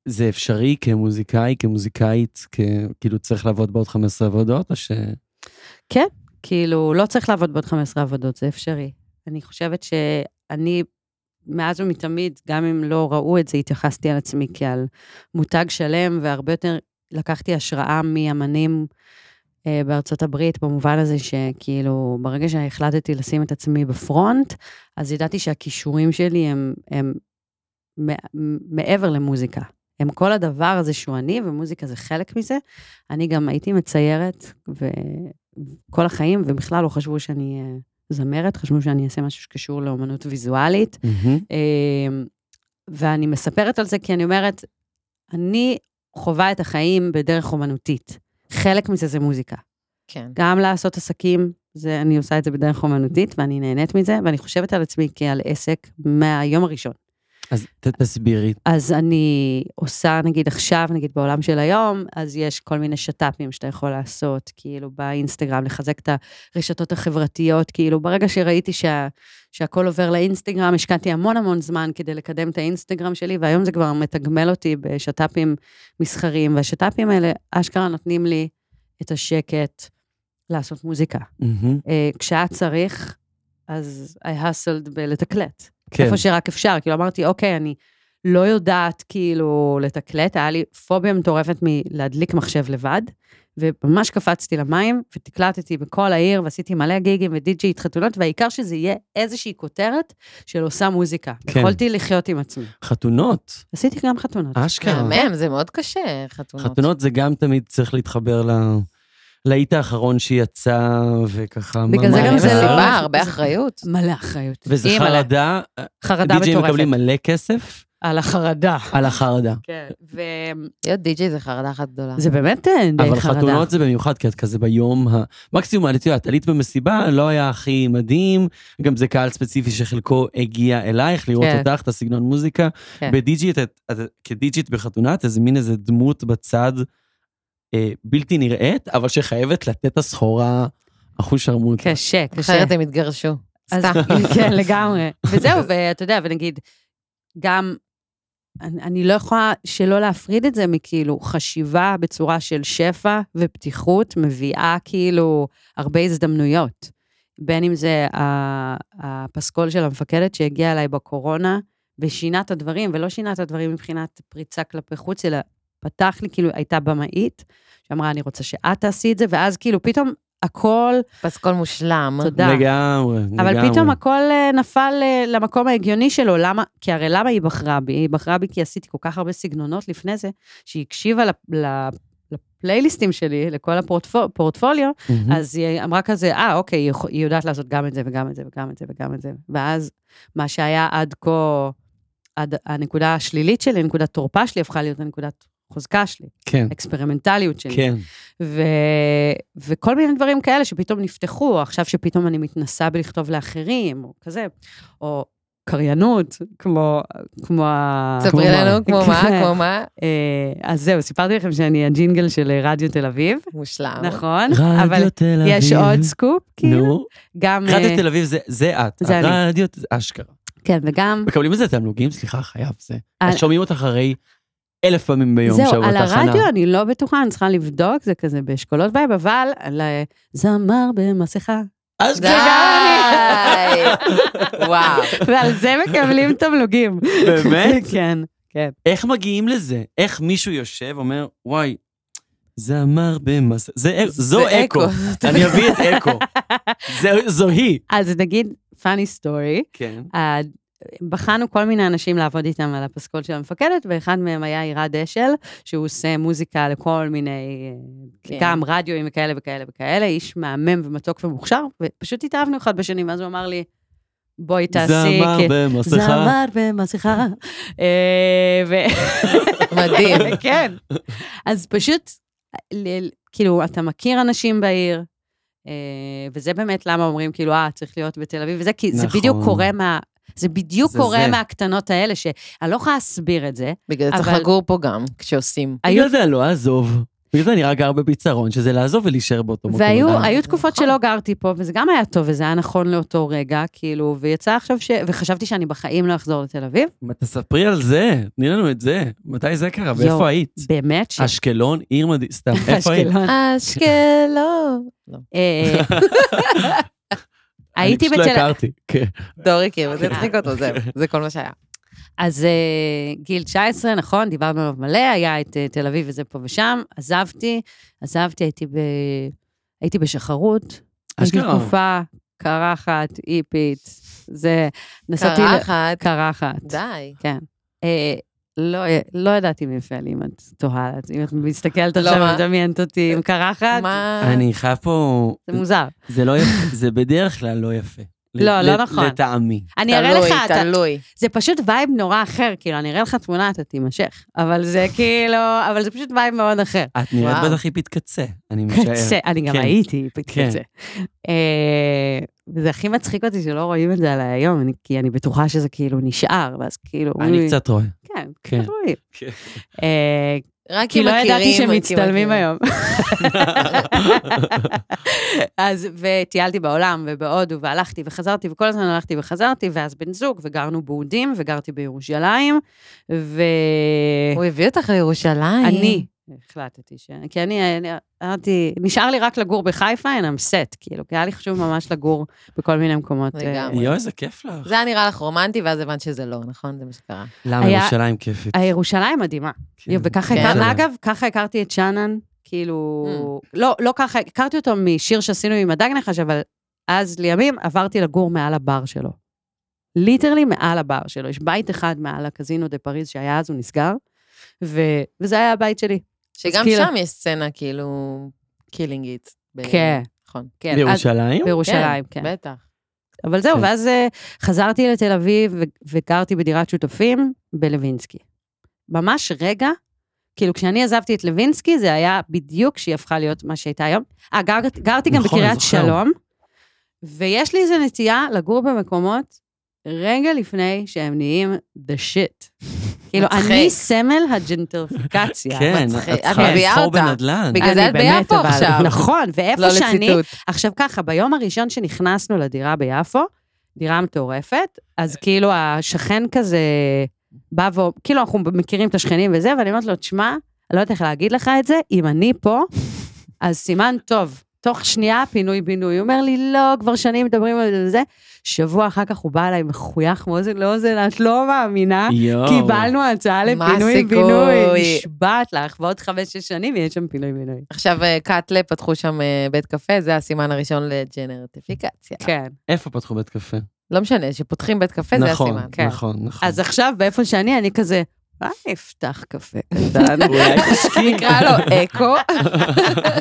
[SPEAKER 1] זה אפשרי כמוזיקאי, כמוזיקאית, כ... כאילו צריך לעבוד בעוד 15 עבודות, או ש...
[SPEAKER 2] כאילו, לא צריך לעבוד בעוד 15 עבודות, זה אפשרי. אני חושבת שאני, מאז ומתמיד, גם אם לא ראו את זה, התייחסתי על עצמי כעל מותג שלם, והרבה יותר לקחתי השראה מאמנים אה, בארצות הברית, במובן הזה שכאילו, ברגע שהחלטתי לשים את עצמי בפרונט, אז ידעתי שהכישורים שלי הם, הם מע- מעבר למוזיקה. הם כל הדבר הזה שהוא אני, ומוזיקה זה חלק מזה. אני גם הייתי מציירת ו... כל החיים, ובכלל לא חשבו שאני אה, זמרת, חשבו שאני אעשה משהו שקשור לאומנות ויזואלית. אה, ואני מספרת על זה כי אני אומרת, אני חווה את החיים בדרך אומנותית. חלק מזה זה מוזיקה.
[SPEAKER 3] כן.
[SPEAKER 2] גם לעשות עסקים, זה, אני עושה את זה בדרך אומנותית, ואני נהנית מזה, ואני חושבת על עצמי כעל עסק מהיום הראשון.
[SPEAKER 1] אז ת- תסבירי.
[SPEAKER 2] אז אני עושה, נגיד עכשיו, נגיד בעולם של היום, אז יש כל מיני שת"פים שאתה יכול לעשות, כאילו באינסטגרם, לחזק את הרשתות החברתיות, כאילו ברגע שראיתי שה, שהכל עובר לאינסטגרם, השקעתי המון המון זמן כדי לקדם את האינסטגרם שלי, והיום זה כבר מתגמל אותי בשת"פים מסחריים, והשת"פים האלה אשכרה נותנים לי את השקט לעשות מוזיקה.
[SPEAKER 1] מהמם.
[SPEAKER 2] אה, כשהיה צריך, אז I hustled בלתקלט. כן.
[SPEAKER 1] כן.
[SPEAKER 2] איפה שרק אפשר. כאילו, אמרתי, אוקיי, אני לא יודעת כאילו לתקלט, היה לי פוביה מטורפת מלהדליק מחשב לבד, וממש קפצתי למים, ותקלטתי בכל העיר, ועשיתי מלא גיגים ודי-ג'יית חתונות, והעיקר שזה יהיה איזושהי כותרת של עושה מוזיקה.
[SPEAKER 1] כן.
[SPEAKER 2] כן. יכולתי לחיות עם עצמי.
[SPEAKER 1] חתונות,
[SPEAKER 2] עשיתי גם
[SPEAKER 1] אה?
[SPEAKER 2] חתונות.
[SPEAKER 1] אשכרה.
[SPEAKER 3] מהמם, זה מאוד קשה, חתונות.
[SPEAKER 1] חתונות זה גם תמיד צריך להתחבר ל- לאיט האחרון שיצא, וככה... מה-
[SPEAKER 2] בגלל זה
[SPEAKER 1] מה-
[SPEAKER 2] גם זה
[SPEAKER 1] מה-
[SPEAKER 2] לא-
[SPEAKER 3] סיבה, הרבה אחריות.
[SPEAKER 2] מלא אחריות.
[SPEAKER 1] וזה
[SPEAKER 2] היא מלא.
[SPEAKER 1] חרדה,
[SPEAKER 2] חרדה
[SPEAKER 1] די.ג'ים
[SPEAKER 2] מטורפת.
[SPEAKER 1] מקבלים מלא כסף
[SPEAKER 2] על החרדה.
[SPEAKER 1] על החרדה.
[SPEAKER 2] כן.
[SPEAKER 3] להיות די-ג'יי זה חרדה אחת גדולה.
[SPEAKER 2] וזה באמת אה, די חרדה.
[SPEAKER 1] אבל חתונות זה במיוחד, כי את כזה ביום ה... מקסימום, את יודעת, עלית במסיבה, לא היה הכי מדהים, גם זה קהל ספציפי שחלקו הגיע אלייך, לראות
[SPEAKER 3] כן.
[SPEAKER 1] אותך, את הסגנון מוזיקה.
[SPEAKER 3] כן.
[SPEAKER 1] בדיג'יט, את- את- כדיג'יט בחתונה, את איזה מין איזה דמות בצד אה, בלתי נראית, אבל שחייבת לתת את הסחורה החוש ערמות.
[SPEAKER 2] קשה, קשה.
[SPEAKER 3] אחרת הם יתגרשו.
[SPEAKER 2] אז
[SPEAKER 3] סתם.
[SPEAKER 2] כן, לגמרי. וזהו, ואתה יודע, ונגיד, גם, אני, אני לא יכולה שלא להפריד את זה מכאילו חשיבה בצורה של שפע ופתיחות מביאה כאילו הרבה הזדמנויות. בין אם זה ה- הפסקול של המפקדת שהגיע אליי בקורונה ושינה את הדברים, ולא שינה את הדברים מבחינת פריצה כלפי חוץ, אלא פתח לי, כאילו הייתה במאית, שאמרה, אני רוצה שאת תעשי את זה, ואז כאילו פתאום הכל
[SPEAKER 3] פסקול מושלם.
[SPEAKER 2] תודה.
[SPEAKER 1] לגמרי, לגמרי.
[SPEAKER 2] אבל פתאום הכל אה, נפל אה, למקום ההגיוני שלו, למה? כי הרי למה היא בחרה בי? היא בחרה בי כי עשיתי כל כך הרבה סגנונות לפני זה, שהיא הקשיבה לפ- לפ- לפלייליסטים שלי, לכל הפורטפוליו,
[SPEAKER 1] מהמם.
[SPEAKER 2] אז היא אמרה כזה, אה, אוקיי, היא יכול- היא יודעת לעשות גם את זה וגם את זה וגם את זה וגם את זה. ואז מה שהיה עד כה, עד הנקודה השלילית שלי, נקודת תורפה שלי, הפכה להיות הנקודת חוזקה שלי,
[SPEAKER 1] כן,
[SPEAKER 2] אקספרימנטליות שלי.
[SPEAKER 1] כן.
[SPEAKER 2] ו... וכל מיני דברים כאלה שפתאום נפתחו, עכשיו שפתאום אני מתנסה בלכתוב לאחרים, או כזה, או קריינות, כמו... כמו ה...
[SPEAKER 3] ספרי לנו כמו מה,
[SPEAKER 2] כן.
[SPEAKER 3] כמו מה.
[SPEAKER 2] אה, אז זהו, סיפרתי לכם שאני הג'ינגל של אה, רדיו תל אביב,
[SPEAKER 3] מושלם.
[SPEAKER 2] נכון? אבל
[SPEAKER 1] רדיו תל אביב.
[SPEAKER 2] יש עוד סקופ, כאילו,
[SPEAKER 1] נו,
[SPEAKER 2] גם...
[SPEAKER 1] רדיו
[SPEAKER 2] אה,
[SPEAKER 1] תל אביב זה- זה את.
[SPEAKER 2] זה אני.
[SPEAKER 1] רדיו, זה אשכרה.
[SPEAKER 2] כן, וגם...
[SPEAKER 1] מקבלים את זה תמלוגים? סליחה, חייב זה.
[SPEAKER 2] על-
[SPEAKER 1] אז שומעים אותך אחרי אלף פעמים ביום שם
[SPEAKER 2] זהו, על
[SPEAKER 1] בתחנה.
[SPEAKER 2] הרדיו אני לא בטוחה, אני צריכה לבדוק, זה כזה באשכולות וייב, אבל על אה, זמר במסכה.
[SPEAKER 1] אשכרה.
[SPEAKER 3] די! וואו.
[SPEAKER 2] ועל זה מקבלים תמלוגים.
[SPEAKER 1] באמת?
[SPEAKER 2] כן, כן.
[SPEAKER 1] איך מגיעים לזה? איך מישהו יושב, אומר, וואי, זמר במס... זה אק-
[SPEAKER 2] לא
[SPEAKER 1] זו
[SPEAKER 3] זה
[SPEAKER 1] אקו. אני אביא את אקו. זה- זו היא.
[SPEAKER 2] אז נגיד, funny story,
[SPEAKER 1] כן.
[SPEAKER 2] ה- אה, בחנו כל מיני אנשים לעבוד איתם על הפסקול של המפקדת, ואחד מהם היה עירד אשל, שהוא עושה מוזיקה לכל מיני,
[SPEAKER 3] כן.
[SPEAKER 2] כן. גם רדיואים וכאלה וכאלה וכאלה, איש מהמם ומתוק ומוכשר, ופשוט התאהבנו אחד בשני, ואז הוא אמר לי, בואי תעשי... כן.
[SPEAKER 1] זמר
[SPEAKER 2] כ-
[SPEAKER 1] במסכה.
[SPEAKER 2] זמר במסכה. אה, ו-
[SPEAKER 3] מדהים.
[SPEAKER 2] כן. אז פשוט, ל- ל- כאילו, אתה מכיר אנשים בעיר, אה, וזה באמת למה אומרים, כאילו, אה, צריך להיות בתל אביב, וזה כי זה
[SPEAKER 1] נכון.
[SPEAKER 2] בדיוק קורה מה... זה בדיוק
[SPEAKER 1] זה
[SPEAKER 2] קורה
[SPEAKER 1] זה.
[SPEAKER 2] מהקטנות האלה, שאני לא יכולה להסביר את זה.
[SPEAKER 3] בגלל זה צריך
[SPEAKER 2] אבל-
[SPEAKER 3] לגור פה גם, כשעושים.
[SPEAKER 2] היו-
[SPEAKER 1] בגלל זה אני לא אעזוב. בגלל זה אני רק גר בביצרון, שזה לעזוב ולהישאר באותו מקום.
[SPEAKER 2] והיו
[SPEAKER 1] עדיין.
[SPEAKER 2] היו תקופות שלא גרתי פה, וזה גם היה טוב, וזה היה נכון לאותו רגע, כאילו, ויצא עכשיו ש... וחשבתי שאני בחיים לא אחזור לתל אביב.
[SPEAKER 1] מה, תספרי על זה, תני לנו את זה. מתי זה קרה ואיפה
[SPEAKER 2] יואו,
[SPEAKER 1] היית?
[SPEAKER 2] באמת ש...
[SPEAKER 1] אשקלון, עיר מדהים, סתם, איפה היית?
[SPEAKER 2] אשקלון.
[SPEAKER 3] אשקלון. לא,
[SPEAKER 2] אה,
[SPEAKER 1] אני
[SPEAKER 2] הייתי
[SPEAKER 1] פשוט לא
[SPEAKER 2] בתל...
[SPEAKER 1] הכרתי, כן.
[SPEAKER 3] דור הכיר,
[SPEAKER 2] אוקיי.
[SPEAKER 3] זה הצחיק כאילו, אותו, זהו, זה כל מה שהיה.
[SPEAKER 2] אז אה, גיל 19, נכון, דיברנו עליו מלא, היה את אה, תל אביב וזה פה ושם, עזבתי, עזבתי, הייתי, ב... הייתי בשחרות. הייתי
[SPEAKER 1] אשכרה.
[SPEAKER 2] תקופה קרחת, איפית, זה... נסעתי... ל-
[SPEAKER 3] קרחת,
[SPEAKER 2] קרחת.
[SPEAKER 3] די.
[SPEAKER 2] כן. אה, לא, לא ידעתי מי יפה לי, אם את תוהה, אז אם את מסתכלת
[SPEAKER 3] לא,
[SPEAKER 2] עכשיו
[SPEAKER 3] מה?
[SPEAKER 2] ומדמיינת אותי עם קרחת,
[SPEAKER 3] מה?
[SPEAKER 1] אני חייב פה...
[SPEAKER 2] זה מוזר.
[SPEAKER 1] זה לא יפה, זה בדרך כלל לא יפה. ל-
[SPEAKER 2] לא, לא
[SPEAKER 1] ל-
[SPEAKER 2] נכון.
[SPEAKER 1] לטעמי.
[SPEAKER 2] אני אראה לך, אתה-
[SPEAKER 3] תלוי.
[SPEAKER 2] זה פשוט וייב נורא אחר, כאילו, אני אראה לך תמונה, אתה תימשך. אבל זה כאילו, אבל זה פשוט וייב מאוד אחר.
[SPEAKER 1] את נראית
[SPEAKER 3] וואו.
[SPEAKER 1] בטח היפית קצה, אני משער.
[SPEAKER 2] קצה, אני גם
[SPEAKER 1] כן.
[SPEAKER 2] הייתי
[SPEAKER 1] כן.
[SPEAKER 2] בקצה. אה, וזה הכי מצחיק אותי שלא רואים את זה עליי היום, אני- כי אני בטוחה שזה כאילו נשאר, ואז כאילו...
[SPEAKER 1] אני
[SPEAKER 2] אומרים,
[SPEAKER 1] קצת רואה.
[SPEAKER 2] כן,
[SPEAKER 1] כן.
[SPEAKER 2] כן. רואים.
[SPEAKER 1] כן.
[SPEAKER 2] אה,
[SPEAKER 3] רק
[SPEAKER 2] כי
[SPEAKER 3] אם
[SPEAKER 2] לא ידעתי
[SPEAKER 3] מכירים, רק אם
[SPEAKER 2] שמצטלמים
[SPEAKER 3] מכירים.
[SPEAKER 2] היום. אז, וטיילתי בעולם ובהודו, והלכתי וחזרתי, וכל הזמן הלכתי וחזרתי, ואז בן זוג, וגרנו באודים, וגרתי בירושלים, ו...
[SPEAKER 3] הוא הביא אותך לירושלים.
[SPEAKER 2] אני החלטתי ש... כי אני אני- אמרתי, נשאר לי רק לגור בחיפה, and I'm set, כאילו, כי היה לי חשוב ממש לגור בכל מיני מקומות. אה,
[SPEAKER 3] לגמרי.
[SPEAKER 1] יואי, איזה כיף לך.
[SPEAKER 3] זה היה נראה לך רומנטי, ואז הבנת שזה לא, נכון? זה מה שקרה.
[SPEAKER 1] למה
[SPEAKER 2] היה-
[SPEAKER 1] ירושלים כיפית?
[SPEAKER 2] הירושלים מדהימה.
[SPEAKER 1] כן.
[SPEAKER 2] וככה
[SPEAKER 3] כן. Mm.
[SPEAKER 2] הכרתי,
[SPEAKER 1] ירושלים.
[SPEAKER 2] אגב, ככה הכרתי את שאנן, כאילו, לא, לא ככה, הכרתי אותו משיר שעשינו עם הדג נחש, אבל אז לימים עברתי לגור מעל הבר שלו. ליטרלי מעל הבר שלו. יש בית אחד מעל הקזינו דה פריז שהיה אז, הוא נסגר, ו... וזה היה הבית שלי.
[SPEAKER 3] שגם
[SPEAKER 2] כאילו-
[SPEAKER 3] שם יש סצנה כאילו קילינגית. ב-
[SPEAKER 2] כן.
[SPEAKER 3] נכון.
[SPEAKER 2] כן, אז-
[SPEAKER 1] בירושלים?
[SPEAKER 2] בירושלים, כן.
[SPEAKER 3] בטח.
[SPEAKER 2] אבל זהו,
[SPEAKER 1] כן.
[SPEAKER 2] ואז אה, חזרתי לתל אביב ו- וגרתי בדירת שותפים בלווינסקי. ממש רגע, כאילו כשאני עזבתי את לווינסקי, זה היה בדיוק כשהיא הפכה להיות מה שהייתה היום. אה, גר, גרתי גם
[SPEAKER 1] נכון,
[SPEAKER 2] בקריית
[SPEAKER 1] זוכר.
[SPEAKER 2] שלום, ויש לי איזו נטייה לגור במקומות רגע לפני שהם נהיים the shit. כאילו,
[SPEAKER 3] מצחיק.
[SPEAKER 2] אני סמל הג'נטריפיקציה.
[SPEAKER 1] כן,
[SPEAKER 3] מצחיק.
[SPEAKER 1] את
[SPEAKER 3] את
[SPEAKER 1] צריכה
[SPEAKER 3] מביאה
[SPEAKER 1] לבחור
[SPEAKER 3] אותה.
[SPEAKER 1] בנדל"ן.
[SPEAKER 3] בגלל זה
[SPEAKER 2] אני
[SPEAKER 3] את
[SPEAKER 2] באמת,
[SPEAKER 3] ביפו
[SPEAKER 2] אבל-
[SPEAKER 3] עכשיו.
[SPEAKER 2] נכון,
[SPEAKER 3] לא
[SPEAKER 2] ואיפה שאני...
[SPEAKER 3] לציטוט.
[SPEAKER 2] עכשיו ככה, ביום הראשון שנכנסנו לדירה ביפו, דירה מטורפת,
[SPEAKER 3] כן.
[SPEAKER 2] אז כאילו השכן כזה בא ו... כאילו אנחנו מכירים את השכנים וזה, ואני אומרת לו, תשמע, אני לא יודעת איך להגיד לך את זה, אם אני פה, אז סימן טוב. תוך שנייה פינוי-בינוי. הוא אומר לי, לא, כבר שנים מדברים על זה וזה. שבוע אחר כך הוא בא אליי מחוייך מאוזן לאוזן, את לא מאמינה.
[SPEAKER 1] יואו.
[SPEAKER 2] קיבלנו הצעה
[SPEAKER 3] מה
[SPEAKER 2] לפינוי-בינוי,
[SPEAKER 3] הסיכוי?
[SPEAKER 2] נשבעת לך, ועוד חמש-שש שנים יהיה שם פינוי-בינוי.
[SPEAKER 3] עכשיו אה, קאטלה פתחו שם אה, בית קפה, זה הסימן הראשון לג'נרטיפיקציה.
[SPEAKER 2] כן.
[SPEAKER 1] איפה פתחו בית קפה?
[SPEAKER 3] לא משנה, כשפותחים בית קפה זה
[SPEAKER 1] נכון,
[SPEAKER 3] הסימן.
[SPEAKER 2] כן.
[SPEAKER 1] נכון, נכון.
[SPEAKER 2] אז עכשיו, באיפה שאני, אני כזה, אולי אני אפתח קפה קטן.
[SPEAKER 1] אולי תשקיעי.
[SPEAKER 3] נקרא לו אה, אקו.
[SPEAKER 2] "אה,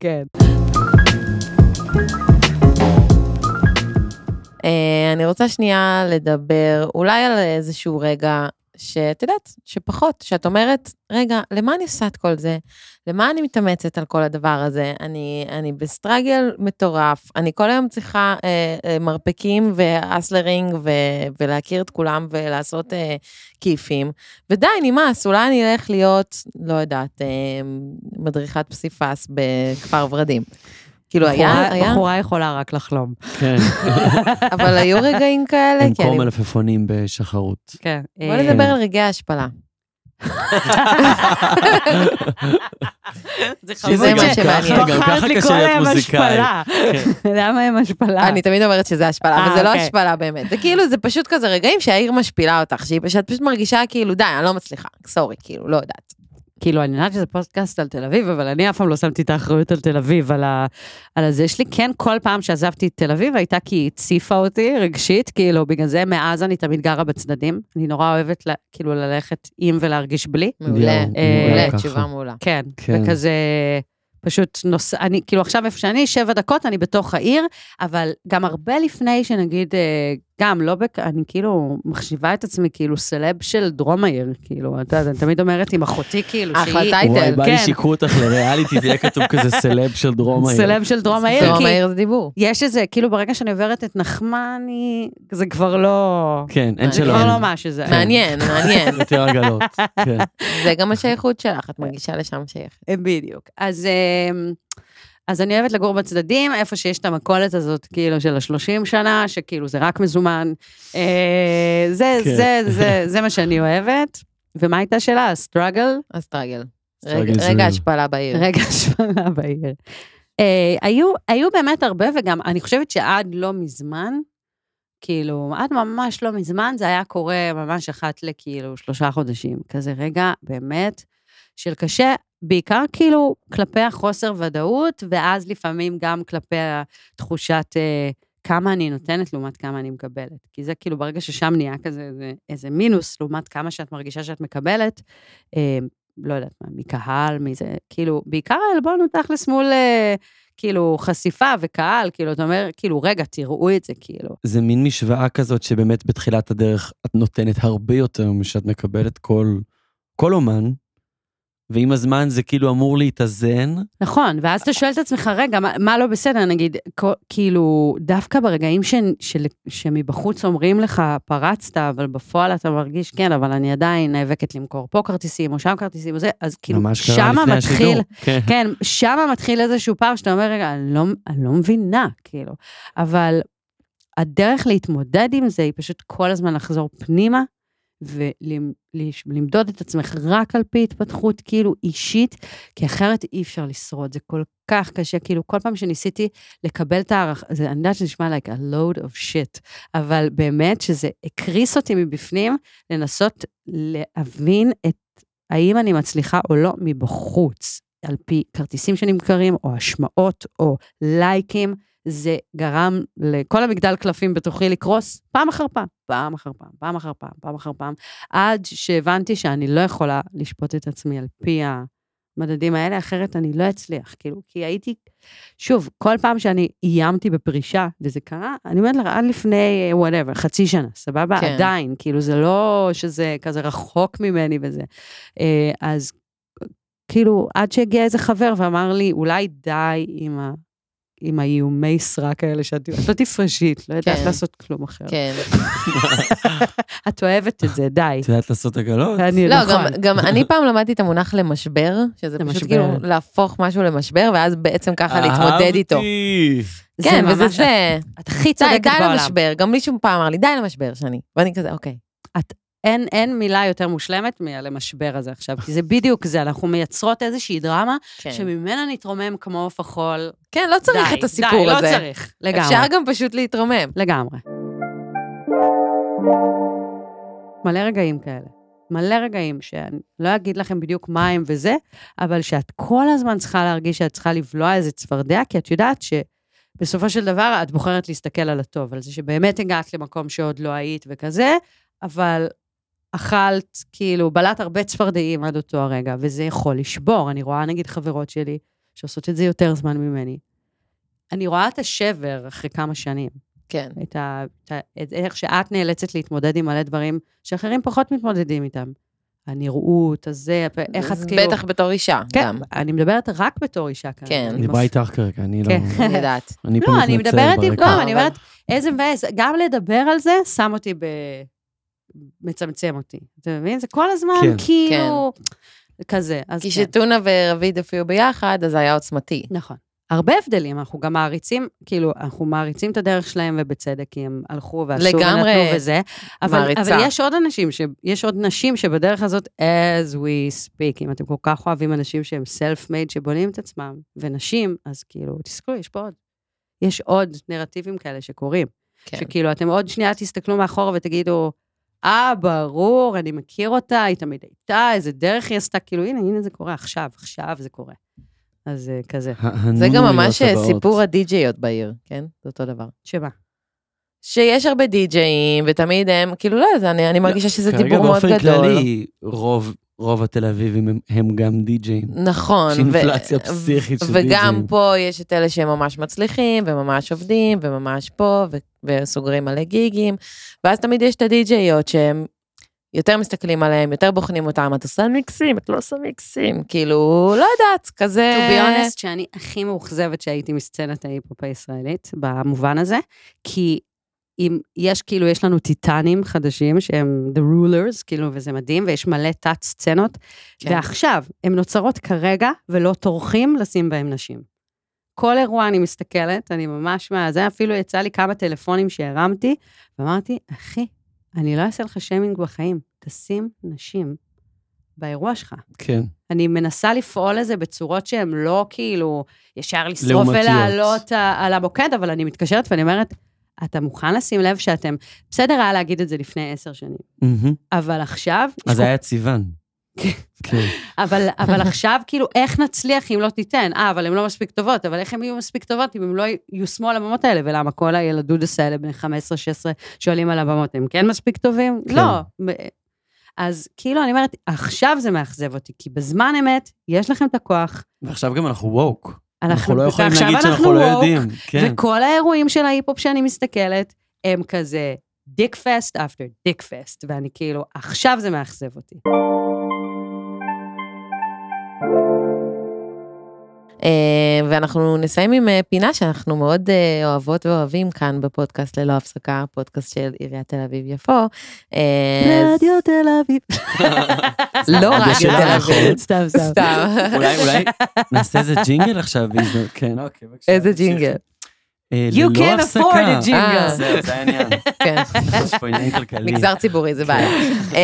[SPEAKER 2] כן.
[SPEAKER 3] אה, אני רוצה שנייה לדבר אולי על איזשהו רגע שאת יודעת, שפחות, שאת אומרת, רגע, למה אני עושה את כל זה? למה אני מתאמצת על כל הדבר הזה? אני, אני בסטרגל מטורף, אני כל היום צריכה אה, אה, מרפקים ואסלרינג ו, ולהכיר את כולם ולעשות אה, כיפים. ודי, נמאס, אולי אני אלך להיות, לא יודעת, אה, מדריכת פסיפס בכפר ורדים. כאילו, היה, היה,
[SPEAKER 2] בחורה יכולה רק לחלום.
[SPEAKER 1] כן,
[SPEAKER 3] אבל היו רגעים כאלה, כי אני
[SPEAKER 1] במקום מלפפונים בשחרות.
[SPEAKER 2] כן.
[SPEAKER 3] בוא נדבר על רגעי ההשפלה.
[SPEAKER 2] זה
[SPEAKER 3] שזה מה שמעניין.
[SPEAKER 1] גם ככה קשה להיות מוזיקאי. כן.
[SPEAKER 2] למה הם השפלה?
[SPEAKER 3] אני תמיד אומרת שזה השפלה,
[SPEAKER 2] אה,
[SPEAKER 3] אבל זה לא
[SPEAKER 2] אוקיי.
[SPEAKER 3] השפלה באמת. זה כאילו, זה פשוט כזה רגעים שהעיר משפילה אותך, שהיא- שאת פשוט מרגישה כאילו, די, אני לא מצליחה, סורי, כאילו, לא יודעת.
[SPEAKER 2] כאילו, אני יודעת שזה פודקאסט על תל אביב, אבל אני אף פעם לא שמתי את האחריות על תל אביב, על ה- על הזה שלי. כן, כל פעם שעזבתי את תל אביב הייתה כי היא הציפה אותי רגשית, כאילו, בגלל זה מאז אני תמיד גרה בצדדים. אני נורא אוהבת, ל- כאילו, ללכת עם ולהרגיש בלי.
[SPEAKER 3] מעולה,
[SPEAKER 2] אה,
[SPEAKER 3] מעולה,
[SPEAKER 1] ככה.
[SPEAKER 3] תשובה מעולה.
[SPEAKER 2] כן,
[SPEAKER 1] כן.
[SPEAKER 2] וכזה פשוט נוס... אני, כאילו עכשיו איפה שאני, שבע דקות, אני בתוך העיר, אבל גם הרבה לפני שנגיד אה, גם לא, בק... אני כאילו מחשיבה את עצמי כאילו סלב של דרום העיר, כאילו, אתה יודע, אני תמיד אומרת עם אחותי כאילו, שהיא
[SPEAKER 3] החלטה היא-
[SPEAKER 1] וואי,
[SPEAKER 3] טייטל,
[SPEAKER 1] בא לי
[SPEAKER 2] כן.
[SPEAKER 1] שיקחו אותך לריאליטי, ויהיה כתוב כזה סלב של דרום העיר.
[SPEAKER 2] סלב של דרום העיר,
[SPEAKER 3] דרום
[SPEAKER 2] כי
[SPEAKER 3] העיר זה דיבור.
[SPEAKER 2] יש איזה, כאילו ברגע שאני עוברת את נחמני, זה כבר לא...
[SPEAKER 1] כן, אין
[SPEAKER 3] אני
[SPEAKER 2] זה
[SPEAKER 1] שלא.
[SPEAKER 2] כבר
[SPEAKER 1] אין.
[SPEAKER 2] לא מה שזה.
[SPEAKER 1] כן.
[SPEAKER 3] מעניין, מעניין.
[SPEAKER 1] יותר עגלות, כן.
[SPEAKER 3] זה גם השייכות שלך, את מרגישה לשם שייכת.
[SPEAKER 2] בדיוק. אז, אמ, אז אני אוהבת לגור בצדדים, איפה שיש את המכולת הזאת, כאילו, של ה-30 שנה, שכאילו זה רק מזומן. אה, זה,
[SPEAKER 1] כן.
[SPEAKER 2] זה, זה, זה מה שאני אוהבת. ומה הייתה השאלה? הסטראגל?
[SPEAKER 3] הסטרגל.
[SPEAKER 1] סטרגל
[SPEAKER 3] רגע-
[SPEAKER 1] זה-
[SPEAKER 3] רגע השפלה בעיר.
[SPEAKER 2] רגע השפלה בעיר. אה, היו, היו באמת הרבה, וגם אני חושבת שעד לא מזמן, כאילו, עד ממש לא מזמן, זה היה קורה ממש אחת לכאילו שלושה חודשים. כזה רגע, באמת, של קשה, בעיקר כאילו כלפי החוסר ודאות, ואז לפעמים גם כלפי התחושת אה, כמה אני נותנת לעומת כמה אני מקבלת. כי זה כאילו, ברגע ששם נהיה כזה איזה, איזה מינוס לעומת כמה שאת מרגישה שאת מקבלת, אה, לא יודעת מה, מקהל, מזה, כאילו, בעיקר העלבון הוא תכלס מול, אה, כאילו, חשיפה וקהל, כאילו, אתה אומר, כאילו, רגע, תראו את זה, כאילו.
[SPEAKER 1] זה מין משוואה כזאת שבאמת בתחילת הדרך את נותנת הרבה יותר משאת מקבלת כל, כל אומן, ועם הזמן זה כאילו אמור להתאזן.
[SPEAKER 2] נכון, ואז אתה שואל את עצמך, רגע, מה, מה לא בסדר? נגיד, כו- כאילו, דווקא ברגעים ש, של, שמבחוץ אומרים לך, פרצת, אבל בפועל אתה מרגיש, כן, אבל אני עדיין נאבקת למכור פה כרטיסים או שם כרטיסים או זה, אז כאילו,
[SPEAKER 1] ממש קרה
[SPEAKER 2] שמה
[SPEAKER 1] לפני
[SPEAKER 2] מתחיל...
[SPEAKER 1] השידור. כן.
[SPEAKER 2] כן, שם מתחיל איזשהו פער שאתה אומר, רגע, אני לא, אני לא מבינה, כאילו. אבל הדרך להתמודד עם זה היא פשוט כל הזמן לחזור פנימה ולמדוד את עצמך רק על פי התפתחות כאילו אישית, כי אחרת אי אפשר לשרוד, זה כל כך קשה, כאילו כל פעם שניסיתי לקבל את הערכה, זה- אני יודעת שזה נשמע like a load of shit, אבל באמת שזה הקריס אותי מבפנים לנסות להבין את האם אני מצליחה או לא מבחוץ, על פי כרטיסים שנמכרים, או השמעות, או לייקים. זה גרם לכל המגדל קלפים בתוכי לקרוס פעם אחר פעם, פעם אחר פעם, פעם אחר פעם, פעם אחר פעם, עד שהבנתי שאני לא יכולה לשפוט את עצמי על פי המדדים האלה, אחרת אני לא אצליח. כאילו, כי הייתי, שוב, כל פעם שאני איימתי בפרישה, וזה קרה, אני אומרת לך, עד לפני, וואטאבר, חצי שנה, סבבה?
[SPEAKER 3] כן.
[SPEAKER 2] כן. עדיין, כאילו, זה לא שזה כזה רחוק ממני וזה. אה, אז כאילו, עד שהגיע איזה חבר ואמר לי, אולי די עם ה... עם האיומי סרק האלה שאת את לא תפרשית, לא יודעת
[SPEAKER 3] כן.
[SPEAKER 2] לעשות כלום אחר.
[SPEAKER 3] כן.
[SPEAKER 2] את אוהבת את זה, די.
[SPEAKER 1] את יודעת לעשות עגלות?
[SPEAKER 2] אני,
[SPEAKER 3] לא,
[SPEAKER 2] נכון.
[SPEAKER 3] גם- גם אני פעם למדתי את המונח למשבר, שזה פשוט
[SPEAKER 2] למשבר.
[SPEAKER 3] כאילו להפוך משהו למשבר, ואז בעצם ככה להתמודד איתו.
[SPEAKER 1] אהבתי.
[SPEAKER 3] כן,
[SPEAKER 2] ממש-
[SPEAKER 3] וזה זה.
[SPEAKER 2] את הכי
[SPEAKER 3] די,
[SPEAKER 2] צודקת
[SPEAKER 3] די
[SPEAKER 2] בעולם.
[SPEAKER 3] למשבר. גם מישהו פעם אמר לי, די למשבר, שני. ואני כזה, אוקיי.
[SPEAKER 2] אין, אין מילה יותר מושלמת מהלמשבר הזה עכשיו, כי זה בדיוק זה, אנחנו מייצרות איזושהי דרמה שממנה נתרומם כמו עוף החול.
[SPEAKER 3] כן, לא כן. צריך
[SPEAKER 2] כן. די,
[SPEAKER 3] את הסיפור
[SPEAKER 2] די,
[SPEAKER 3] הזה.
[SPEAKER 2] לא צריך, לגמרי.
[SPEAKER 3] אפשר גם פשוט להתרומם.
[SPEAKER 2] לגמרי. מלא רגעים כאלה. מלא רגעים שאני לא אגיד לכם בדיוק מה הם וזה, אבל שאת כל הזמן צריכה להרגיש שאת צריכה לבלוע איזה צפרדע, כי את יודעת שבסופו של דבר את בוחרת להסתכל על הטוב, על זה שבאמת הגעת למקום שעוד לא היית וכזה, אבל אכלת, כאילו, בלעת הרבה צפרדעים עד אותו הרגע, וזה יכול לשבור. אני רואה, נגיד, חברות שלי שעושות את זה יותר זמן ממני. אני רואה את השבר אחרי כמה שנים.
[SPEAKER 3] כן.
[SPEAKER 2] את ה... את ה- את איך שאת נאלצת להתמודד עם מלא דברים שאחרים פחות מתמודדים איתם. הנראות, הזה, הפ- איך את
[SPEAKER 3] אז
[SPEAKER 2] כאילו...
[SPEAKER 3] בטח בתור אישה,
[SPEAKER 2] כן,
[SPEAKER 3] גם.
[SPEAKER 2] אני מדברת רק בתור אישה כאן.
[SPEAKER 3] כן.
[SPEAKER 1] אני בא איתך כרגע, אני לא...
[SPEAKER 2] כן.
[SPEAKER 3] אני יודעת.
[SPEAKER 1] אני פה
[SPEAKER 2] לא, אני
[SPEAKER 1] מתנצל
[SPEAKER 2] מדברת עם...
[SPEAKER 1] ברקע.
[SPEAKER 2] לא, אני
[SPEAKER 3] אבל-
[SPEAKER 2] אומרת, איזה מבאס, גם לדבר על זה שם אותי ב... מצמצם אותי. אתה מבין? זה כל
[SPEAKER 1] כן.
[SPEAKER 2] הזמן כאילו... כזה. אז
[SPEAKER 3] כי
[SPEAKER 2] כן.
[SPEAKER 3] שטונה ורביד הופיעו ביחד, אז זה היה עוצמתי.
[SPEAKER 2] נכון. הרבה הבדלים, אנחנו גם מעריצים, כאילו, אנחנו מעריצים את הדרך שלהם, ובצדק, כי הם הלכו ועשו
[SPEAKER 3] לגמרי
[SPEAKER 2] ונתנו וזה. אבל,
[SPEAKER 3] מעריצה.
[SPEAKER 2] אבל יש עוד אנשים, ש, יש עוד נשים שבדרך הזאת, as we speak, אם אתם כל כך אוהבים אנשים שהם self-made, שבונים את עצמם, ונשים, אז כאילו, תסתכלו, יש פה עוד. יש עוד נרטיבים כאלה שקורים.
[SPEAKER 3] כן.
[SPEAKER 2] שכאילו, אתם עוד שנייה תסתכלו מאחורה ותגידו, אה, ברור, אני מכיר אותה, היא תמיד הייתה, איזה דרך היא עשתה, כאילו, הנה, הנה זה קורה עכשיו, עכשיו זה קורה. אז אה, כזה.
[SPEAKER 3] זה גם
[SPEAKER 1] ההנונויות
[SPEAKER 3] ממש
[SPEAKER 1] הבאות.
[SPEAKER 3] סיפור הדי-ג'יות בעיר, כן? זה אותו דבר.
[SPEAKER 2] שמה?
[SPEAKER 3] שיש הרבה די-ג'אים, ותמיד הם, כאילו, לא, זה- אני אני מרגישה שזה
[SPEAKER 1] כרגע
[SPEAKER 3] דיבור מאוד
[SPEAKER 1] באופן
[SPEAKER 3] גדול.
[SPEAKER 1] כללי, רוב, רוב התל אביבים הם- הם גם די-ג'אים.
[SPEAKER 3] נכון.
[SPEAKER 1] יש
[SPEAKER 3] ו-
[SPEAKER 1] אינפלציה פסיכית של
[SPEAKER 3] וגם
[SPEAKER 1] די-ג'אים.
[SPEAKER 3] פה יש את אלה שהם ממש מצליחים, וממש עובדים, וממש פה, ו- וסוגרים מלא גיגים, ואז תמיד יש את הדי-ג'יות שהם יותר מסתכלים עליהם, יותר בוחנים אותם, את עושה מיקסים, את לא עושה מיקסים, כאילו, לא יודעת, כזה...
[SPEAKER 2] to be honest, שאני הכי מאוכזבת שהייתי מסצנת ההיפ-הופ הישראלית, במובן הזה, כי אם יש, כאילו, יש לנו טיטנים חדשים שהם the rulers, כאילו, וזה מדהים, ויש מלא תת-סצנות,
[SPEAKER 3] כן.
[SPEAKER 2] כן. ועכשיו, הן נוצרות כרגע, ולא טורחים לשים בהן נשים. כל אירוע אני מסתכלת, אני ממש מה... זה אפילו יצא לי כמה טלפונים שהרמתי, ואמרתי, אחי, אני לא אעשה לך שיימינג בחיים, תשים נשים באירוע שלך.
[SPEAKER 1] כן.
[SPEAKER 2] אני מנסה לפעול לזה בצורות שהן לא כאילו ישר לשרוף
[SPEAKER 1] לעומתיות.
[SPEAKER 2] ולעלות ה- על המוקד, אבל אני מתקשרת ואני אומרת, אתה מוכן לשים לב שאתם... בסדר היה להגיד את זה לפני עשר שנים,
[SPEAKER 1] מהמם.
[SPEAKER 2] אבל עכשיו...
[SPEAKER 1] אז זה היה סיוון. כן.
[SPEAKER 2] אבל, אבל עכשיו, כאילו, איך נצליח אם לא תיתן? אה, אבל הן לא מספיק טובות, אבל איך הן יהיו מספיק טובות אם הן לא יושמו על הבמות האלה? ולמה כל הילדודס האלה, בני 15-16, שואלים על הבמות, הם כן מספיק טובים?
[SPEAKER 1] כן.
[SPEAKER 2] לא. מ- אז כאילו, אני אומרת, עכשיו זה מאכזב אותי, כי בזמן אמת, יש לכם את הכוח,
[SPEAKER 1] ועכשיו גם אנחנו ווק. אנחנו לא יכולים
[SPEAKER 2] ועכשיו
[SPEAKER 1] להגיד שאנחנו
[SPEAKER 2] אנחנו
[SPEAKER 1] לא
[SPEAKER 2] woke,
[SPEAKER 1] יודעים. כן.
[SPEAKER 2] וכל האירועים של ההיפ-הופ שאני מסתכלת, הם כזה דיק פסט אפטר דיק פסט, ואני כאילו, עכשיו זה מאכזב אותי.
[SPEAKER 3] אה, ואנחנו נסיים עם אה, פינה שאנחנו מאוד אה, אוהבות ואוהבים כאן בפודקאסט ללא הפסקה, פודקאסט של עיריית תל אביב-יפו. אה, אז-
[SPEAKER 2] תל אביב.
[SPEAKER 3] לא רדיו
[SPEAKER 1] בשלב
[SPEAKER 3] תל
[SPEAKER 1] האחרון.
[SPEAKER 3] אביב.
[SPEAKER 2] סתם, סתם.
[SPEAKER 3] סתם.
[SPEAKER 1] אולי, אולי נעשה איזה ג'ינגל עכשיו. בהזדמנות. כן, אוקיי, בבקשה.
[SPEAKER 3] איזה
[SPEAKER 1] תמשיכי.
[SPEAKER 3] ג'ינגל.
[SPEAKER 1] אה,
[SPEAKER 2] You
[SPEAKER 1] ללא
[SPEAKER 2] can
[SPEAKER 1] הפסקה.
[SPEAKER 2] afford a
[SPEAKER 3] אה,
[SPEAKER 2] jingle.
[SPEAKER 1] זהו, זה העניין.
[SPEAKER 3] כן.
[SPEAKER 1] יש פה עניין כלכלי.
[SPEAKER 3] מגזר ציבורי זה בעיה.
[SPEAKER 1] כן.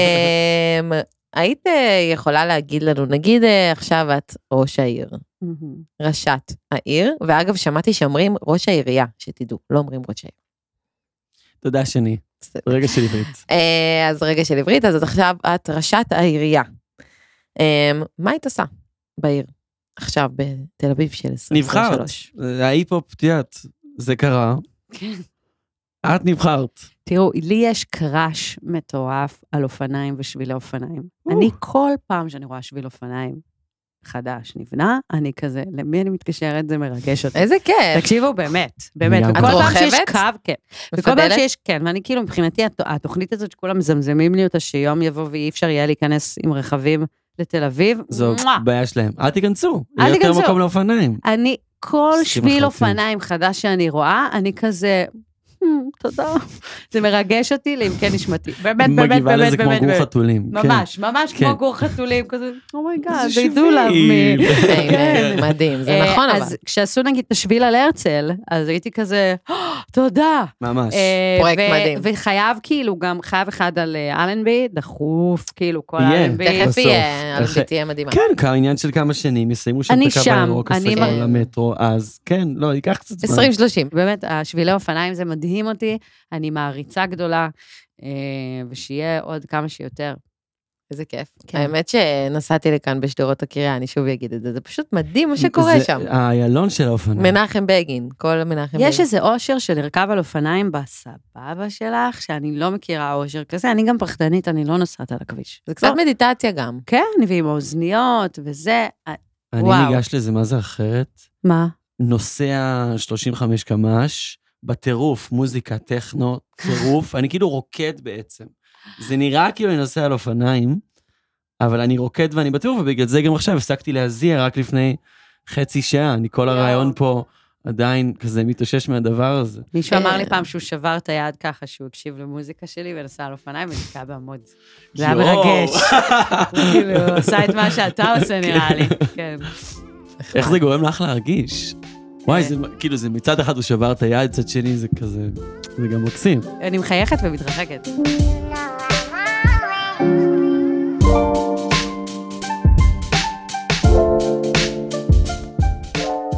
[SPEAKER 3] אמ, היית אה, יכולה להגיד לנו, נגיד אה, עכשיו את ראש העיר,
[SPEAKER 2] מהמם.
[SPEAKER 3] ראשת העיר, ואגב שמעתי שאומרים ראש העירייה, שתדעו, לא אומרים ראש העיר.
[SPEAKER 1] תודה שני.
[SPEAKER 3] בסדר.
[SPEAKER 1] רגע של עברית.
[SPEAKER 3] אה, אז רגע של עברית, אז את עכשיו את ראשת העירייה. אמ, מה היית עושה בעיר עכשיו בתל אביב של 2023?
[SPEAKER 1] נבחרת. ההיפ-הופ, את יודעת, זה קרה.
[SPEAKER 2] כן.
[SPEAKER 1] את נבחרת.
[SPEAKER 2] תראו, לי יש קראש מטורף על אופניים ושבילי אופניים.
[SPEAKER 1] או.
[SPEAKER 2] אני כל פעם שאני רואה שביל אופניים חדש נבנה, אני כזה, למי אני מתקשרת? זה מרגש אותי.
[SPEAKER 3] איזה כיף.
[SPEAKER 2] תקשיבו, באמת, באמת.
[SPEAKER 1] אה. גם-
[SPEAKER 2] וכל
[SPEAKER 1] את
[SPEAKER 2] פעם שיש
[SPEAKER 3] רוכבת?
[SPEAKER 2] קו, כן. וכל פעם
[SPEAKER 3] מפדלת?
[SPEAKER 2] שיש, כן, ואני כאילו, מבחינתי, הת- התוכנית הזאת שכולם מזמזמים לי אותה, שיום יבוא ואי אפשר יהיה להיכנס עם רכבים לתל אביב,
[SPEAKER 1] זו
[SPEAKER 2] מואה.
[SPEAKER 1] בעיה שלהם. אל תיכנסו.
[SPEAKER 2] אל
[SPEAKER 1] יהיה יותר
[SPEAKER 2] תיכנסו.
[SPEAKER 1] מקום לאופניים.
[SPEAKER 2] אני, כל
[SPEAKER 1] מסכים
[SPEAKER 2] שביל
[SPEAKER 1] לחלוטין.
[SPEAKER 2] אופניים חדש שאני רואה, אני כזה, "Hmm, תודה. זה מרגש אותי לעמקי נשמתי. באמת, באמת,
[SPEAKER 1] מגיבה
[SPEAKER 2] באמת,
[SPEAKER 1] לזה כמו
[SPEAKER 2] באמת.
[SPEAKER 1] גור
[SPEAKER 2] באמת.
[SPEAKER 1] חתולים. כן.
[SPEAKER 2] ממש, ממש
[SPEAKER 1] כן.
[SPEAKER 2] כמו גור חתולים, כזה, אומייגאד,
[SPEAKER 1] איזה
[SPEAKER 2] they do love
[SPEAKER 1] שביל.
[SPEAKER 2] me.
[SPEAKER 3] אה,
[SPEAKER 2] כן.
[SPEAKER 3] מדהים, זה
[SPEAKER 2] אה,
[SPEAKER 3] נכון אבל.
[SPEAKER 2] אז כשעשו נגיד את השביל על הרצל, אז הייתי כזה, "אה, תודה.
[SPEAKER 1] ממש.
[SPEAKER 2] אה,
[SPEAKER 3] פרויקט
[SPEAKER 2] ו-
[SPEAKER 3] מדהים.
[SPEAKER 2] וחייב כאילו גם, חייב אחד על אה, אלנבי, דחוף, כאילו, כל
[SPEAKER 1] יהיה.
[SPEAKER 2] אלנבי.
[SPEAKER 3] תכף אה,
[SPEAKER 1] בסוף.
[SPEAKER 3] יהיה,
[SPEAKER 1] אחרי-
[SPEAKER 3] אלנבי תהיה מדהימה.
[SPEAKER 1] כן, כ- עניין של כמה שנים, יסיימו שם
[SPEAKER 2] אני
[SPEAKER 1] את הקו
[SPEAKER 2] שם,
[SPEAKER 1] הירוק,
[SPEAKER 2] אני
[SPEAKER 1] הסגול
[SPEAKER 3] מ-
[SPEAKER 1] למטרו, אז כן, לא, ייקח קצת זמן.
[SPEAKER 3] 2030.
[SPEAKER 2] באמת, השבילי אופניים זה מדהים אותי, אני מעריצה גדולה, אה, ושיהיה עוד כמה שיותר.
[SPEAKER 3] איזה כיף.
[SPEAKER 2] כן.
[SPEAKER 3] האמת שנסעתי לכאן בשדרות הקריה, אני שוב אגיד את זה, זה פשוט מדהים מה שקורה
[SPEAKER 1] זה אה,
[SPEAKER 3] שם.
[SPEAKER 1] האיילון של האופניים.
[SPEAKER 3] מנחם בגין, כל מנחם בגין.
[SPEAKER 2] יש איזה אושר של לרכב על אופניים בסבבה שלך, שאני לא מכירה אושר כזה, אני גם פחדנית, אני לא נוסעת על הכביש.
[SPEAKER 3] זה קצת מדיטציה גם.
[SPEAKER 2] כן, ועם האוזניות וזה. אה,
[SPEAKER 1] אני
[SPEAKER 2] וואו.
[SPEAKER 1] ניגש לזה, מה זה אחרת?
[SPEAKER 2] מה?
[SPEAKER 1] נוסע 35 קמ"ש, בטירוף, מוזיקה, טכנו, טירוף, אני כאילו רוקד בעצם. זה נראה כאילו אני נוסע על אופניים, אבל אני רוקד ואני בטירוף, ובגלל זה גם עכשיו הפסקתי להזיע רק לפני חצי שעה, אני כל הרעיון פה עדיין כזה מתאושש מהדבר הזה.
[SPEAKER 2] מישהו אמר
[SPEAKER 3] אה.
[SPEAKER 2] לי פעם שהוא שבר את היד ככה, שהוא הקשיב למוזיקה שלי ונסע על אופניים ונתקע בעמוד. זה היה
[SPEAKER 1] יואו.
[SPEAKER 2] מרגש. הוא כאילו, עשה את מה שאתה עושה, נראה לי. כן.
[SPEAKER 1] איך זה גורם לך להרגיש? וואי,
[SPEAKER 2] כן.
[SPEAKER 1] זה כאילו, זה מצד אחד הוא שבר את היד, מצד שני זה כזה, זה גם מקסים.
[SPEAKER 2] אני מחייכת ומתרחקת.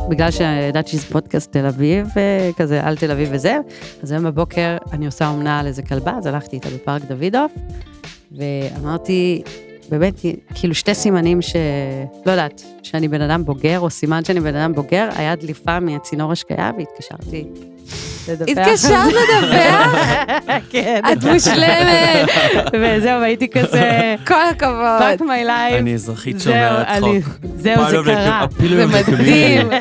[SPEAKER 2] בגלל שידעתי שזה פודקאסט תל אביב, אה, כזה על תל אביב וזה, אז היום בבוקר אני עושה אומנה על איזה כלבה, אז הלכתי איתה בפארק דוידוף, ואמרתי, באמת, כאילו שתי סימנים ש... לא יודעת, שאני בן אדם בוגר, או סימן שאני בן אדם בוגר, היה דליפה מהצינור השקיה, והתקשרתי
[SPEAKER 3] התקשרת לדווח?
[SPEAKER 2] כן.
[SPEAKER 3] את מושלמת.
[SPEAKER 2] וזהו, והייתי כזה,
[SPEAKER 3] כל הכבוד.
[SPEAKER 2] fuck my life.
[SPEAKER 1] אני אזרחית
[SPEAKER 2] אה, זהו,
[SPEAKER 1] שומרת
[SPEAKER 2] אני-
[SPEAKER 1] חוק. לא
[SPEAKER 2] זהו, זה קרה.
[SPEAKER 3] זה מדהים.
[SPEAKER 1] כן.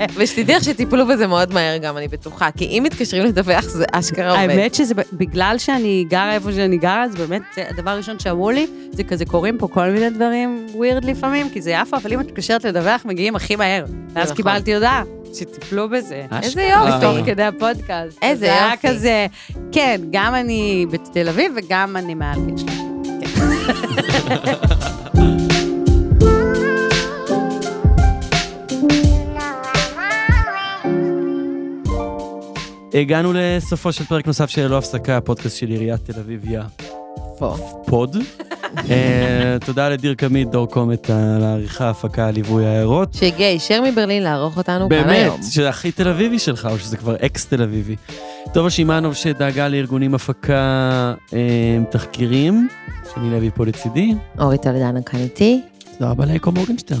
[SPEAKER 3] אה, ושתדעי איך שטיפלו בזה מאוד מהר גם, אני בטוחה. כי אם מתקשרים לדווח, זה אשכרה עובד.
[SPEAKER 2] האמת שזה ב- בגלל שאני גרה איפה שאני גרה, אז באמת, זה הדבר הראשון שאמרו לי, זה כזה קורים פה כל מיני דברים ווירד לפעמים, כי זה יפו, אבל אם את מתקשרת לדווח, מגיעים הכי מהר. ואז
[SPEAKER 3] נכון.
[SPEAKER 2] קיבלתי הודעה שטיפלו בזה.
[SPEAKER 3] איזה
[SPEAKER 1] אשכרה.
[SPEAKER 3] יופי.
[SPEAKER 2] תוך כדי הפודקאסט.
[SPEAKER 3] איזה
[SPEAKER 2] אז זה היה
[SPEAKER 3] יופי.
[SPEAKER 2] כזה, כן, גם אני בתל אביב וגם אני מעל גיל שלושים.
[SPEAKER 1] הגענו לסופו של פרק נוסף של ללא הפסקה, הפודקאסט של עיריית תל אביב יא
[SPEAKER 3] פה.
[SPEAKER 1] פוד. אה, תודה לדיר קמיד, דור קומט, על העריכה, ההפקה, הליווי, ההערות.
[SPEAKER 3] שהגיע ישר מברלין לערוך אותנו כאן
[SPEAKER 1] באמת,
[SPEAKER 3] היום.
[SPEAKER 1] שזה הכי תל אביבי שלך, או שזה כבר אקס תל אביבי. טובה שמאנוב שדאגה לארגונים הפקה, אה, תחקירים, שני לוי פה לצידי.
[SPEAKER 3] אורי טולדנו כאן איתי.
[SPEAKER 1] תודה רבה לאקו מורגנשטיין.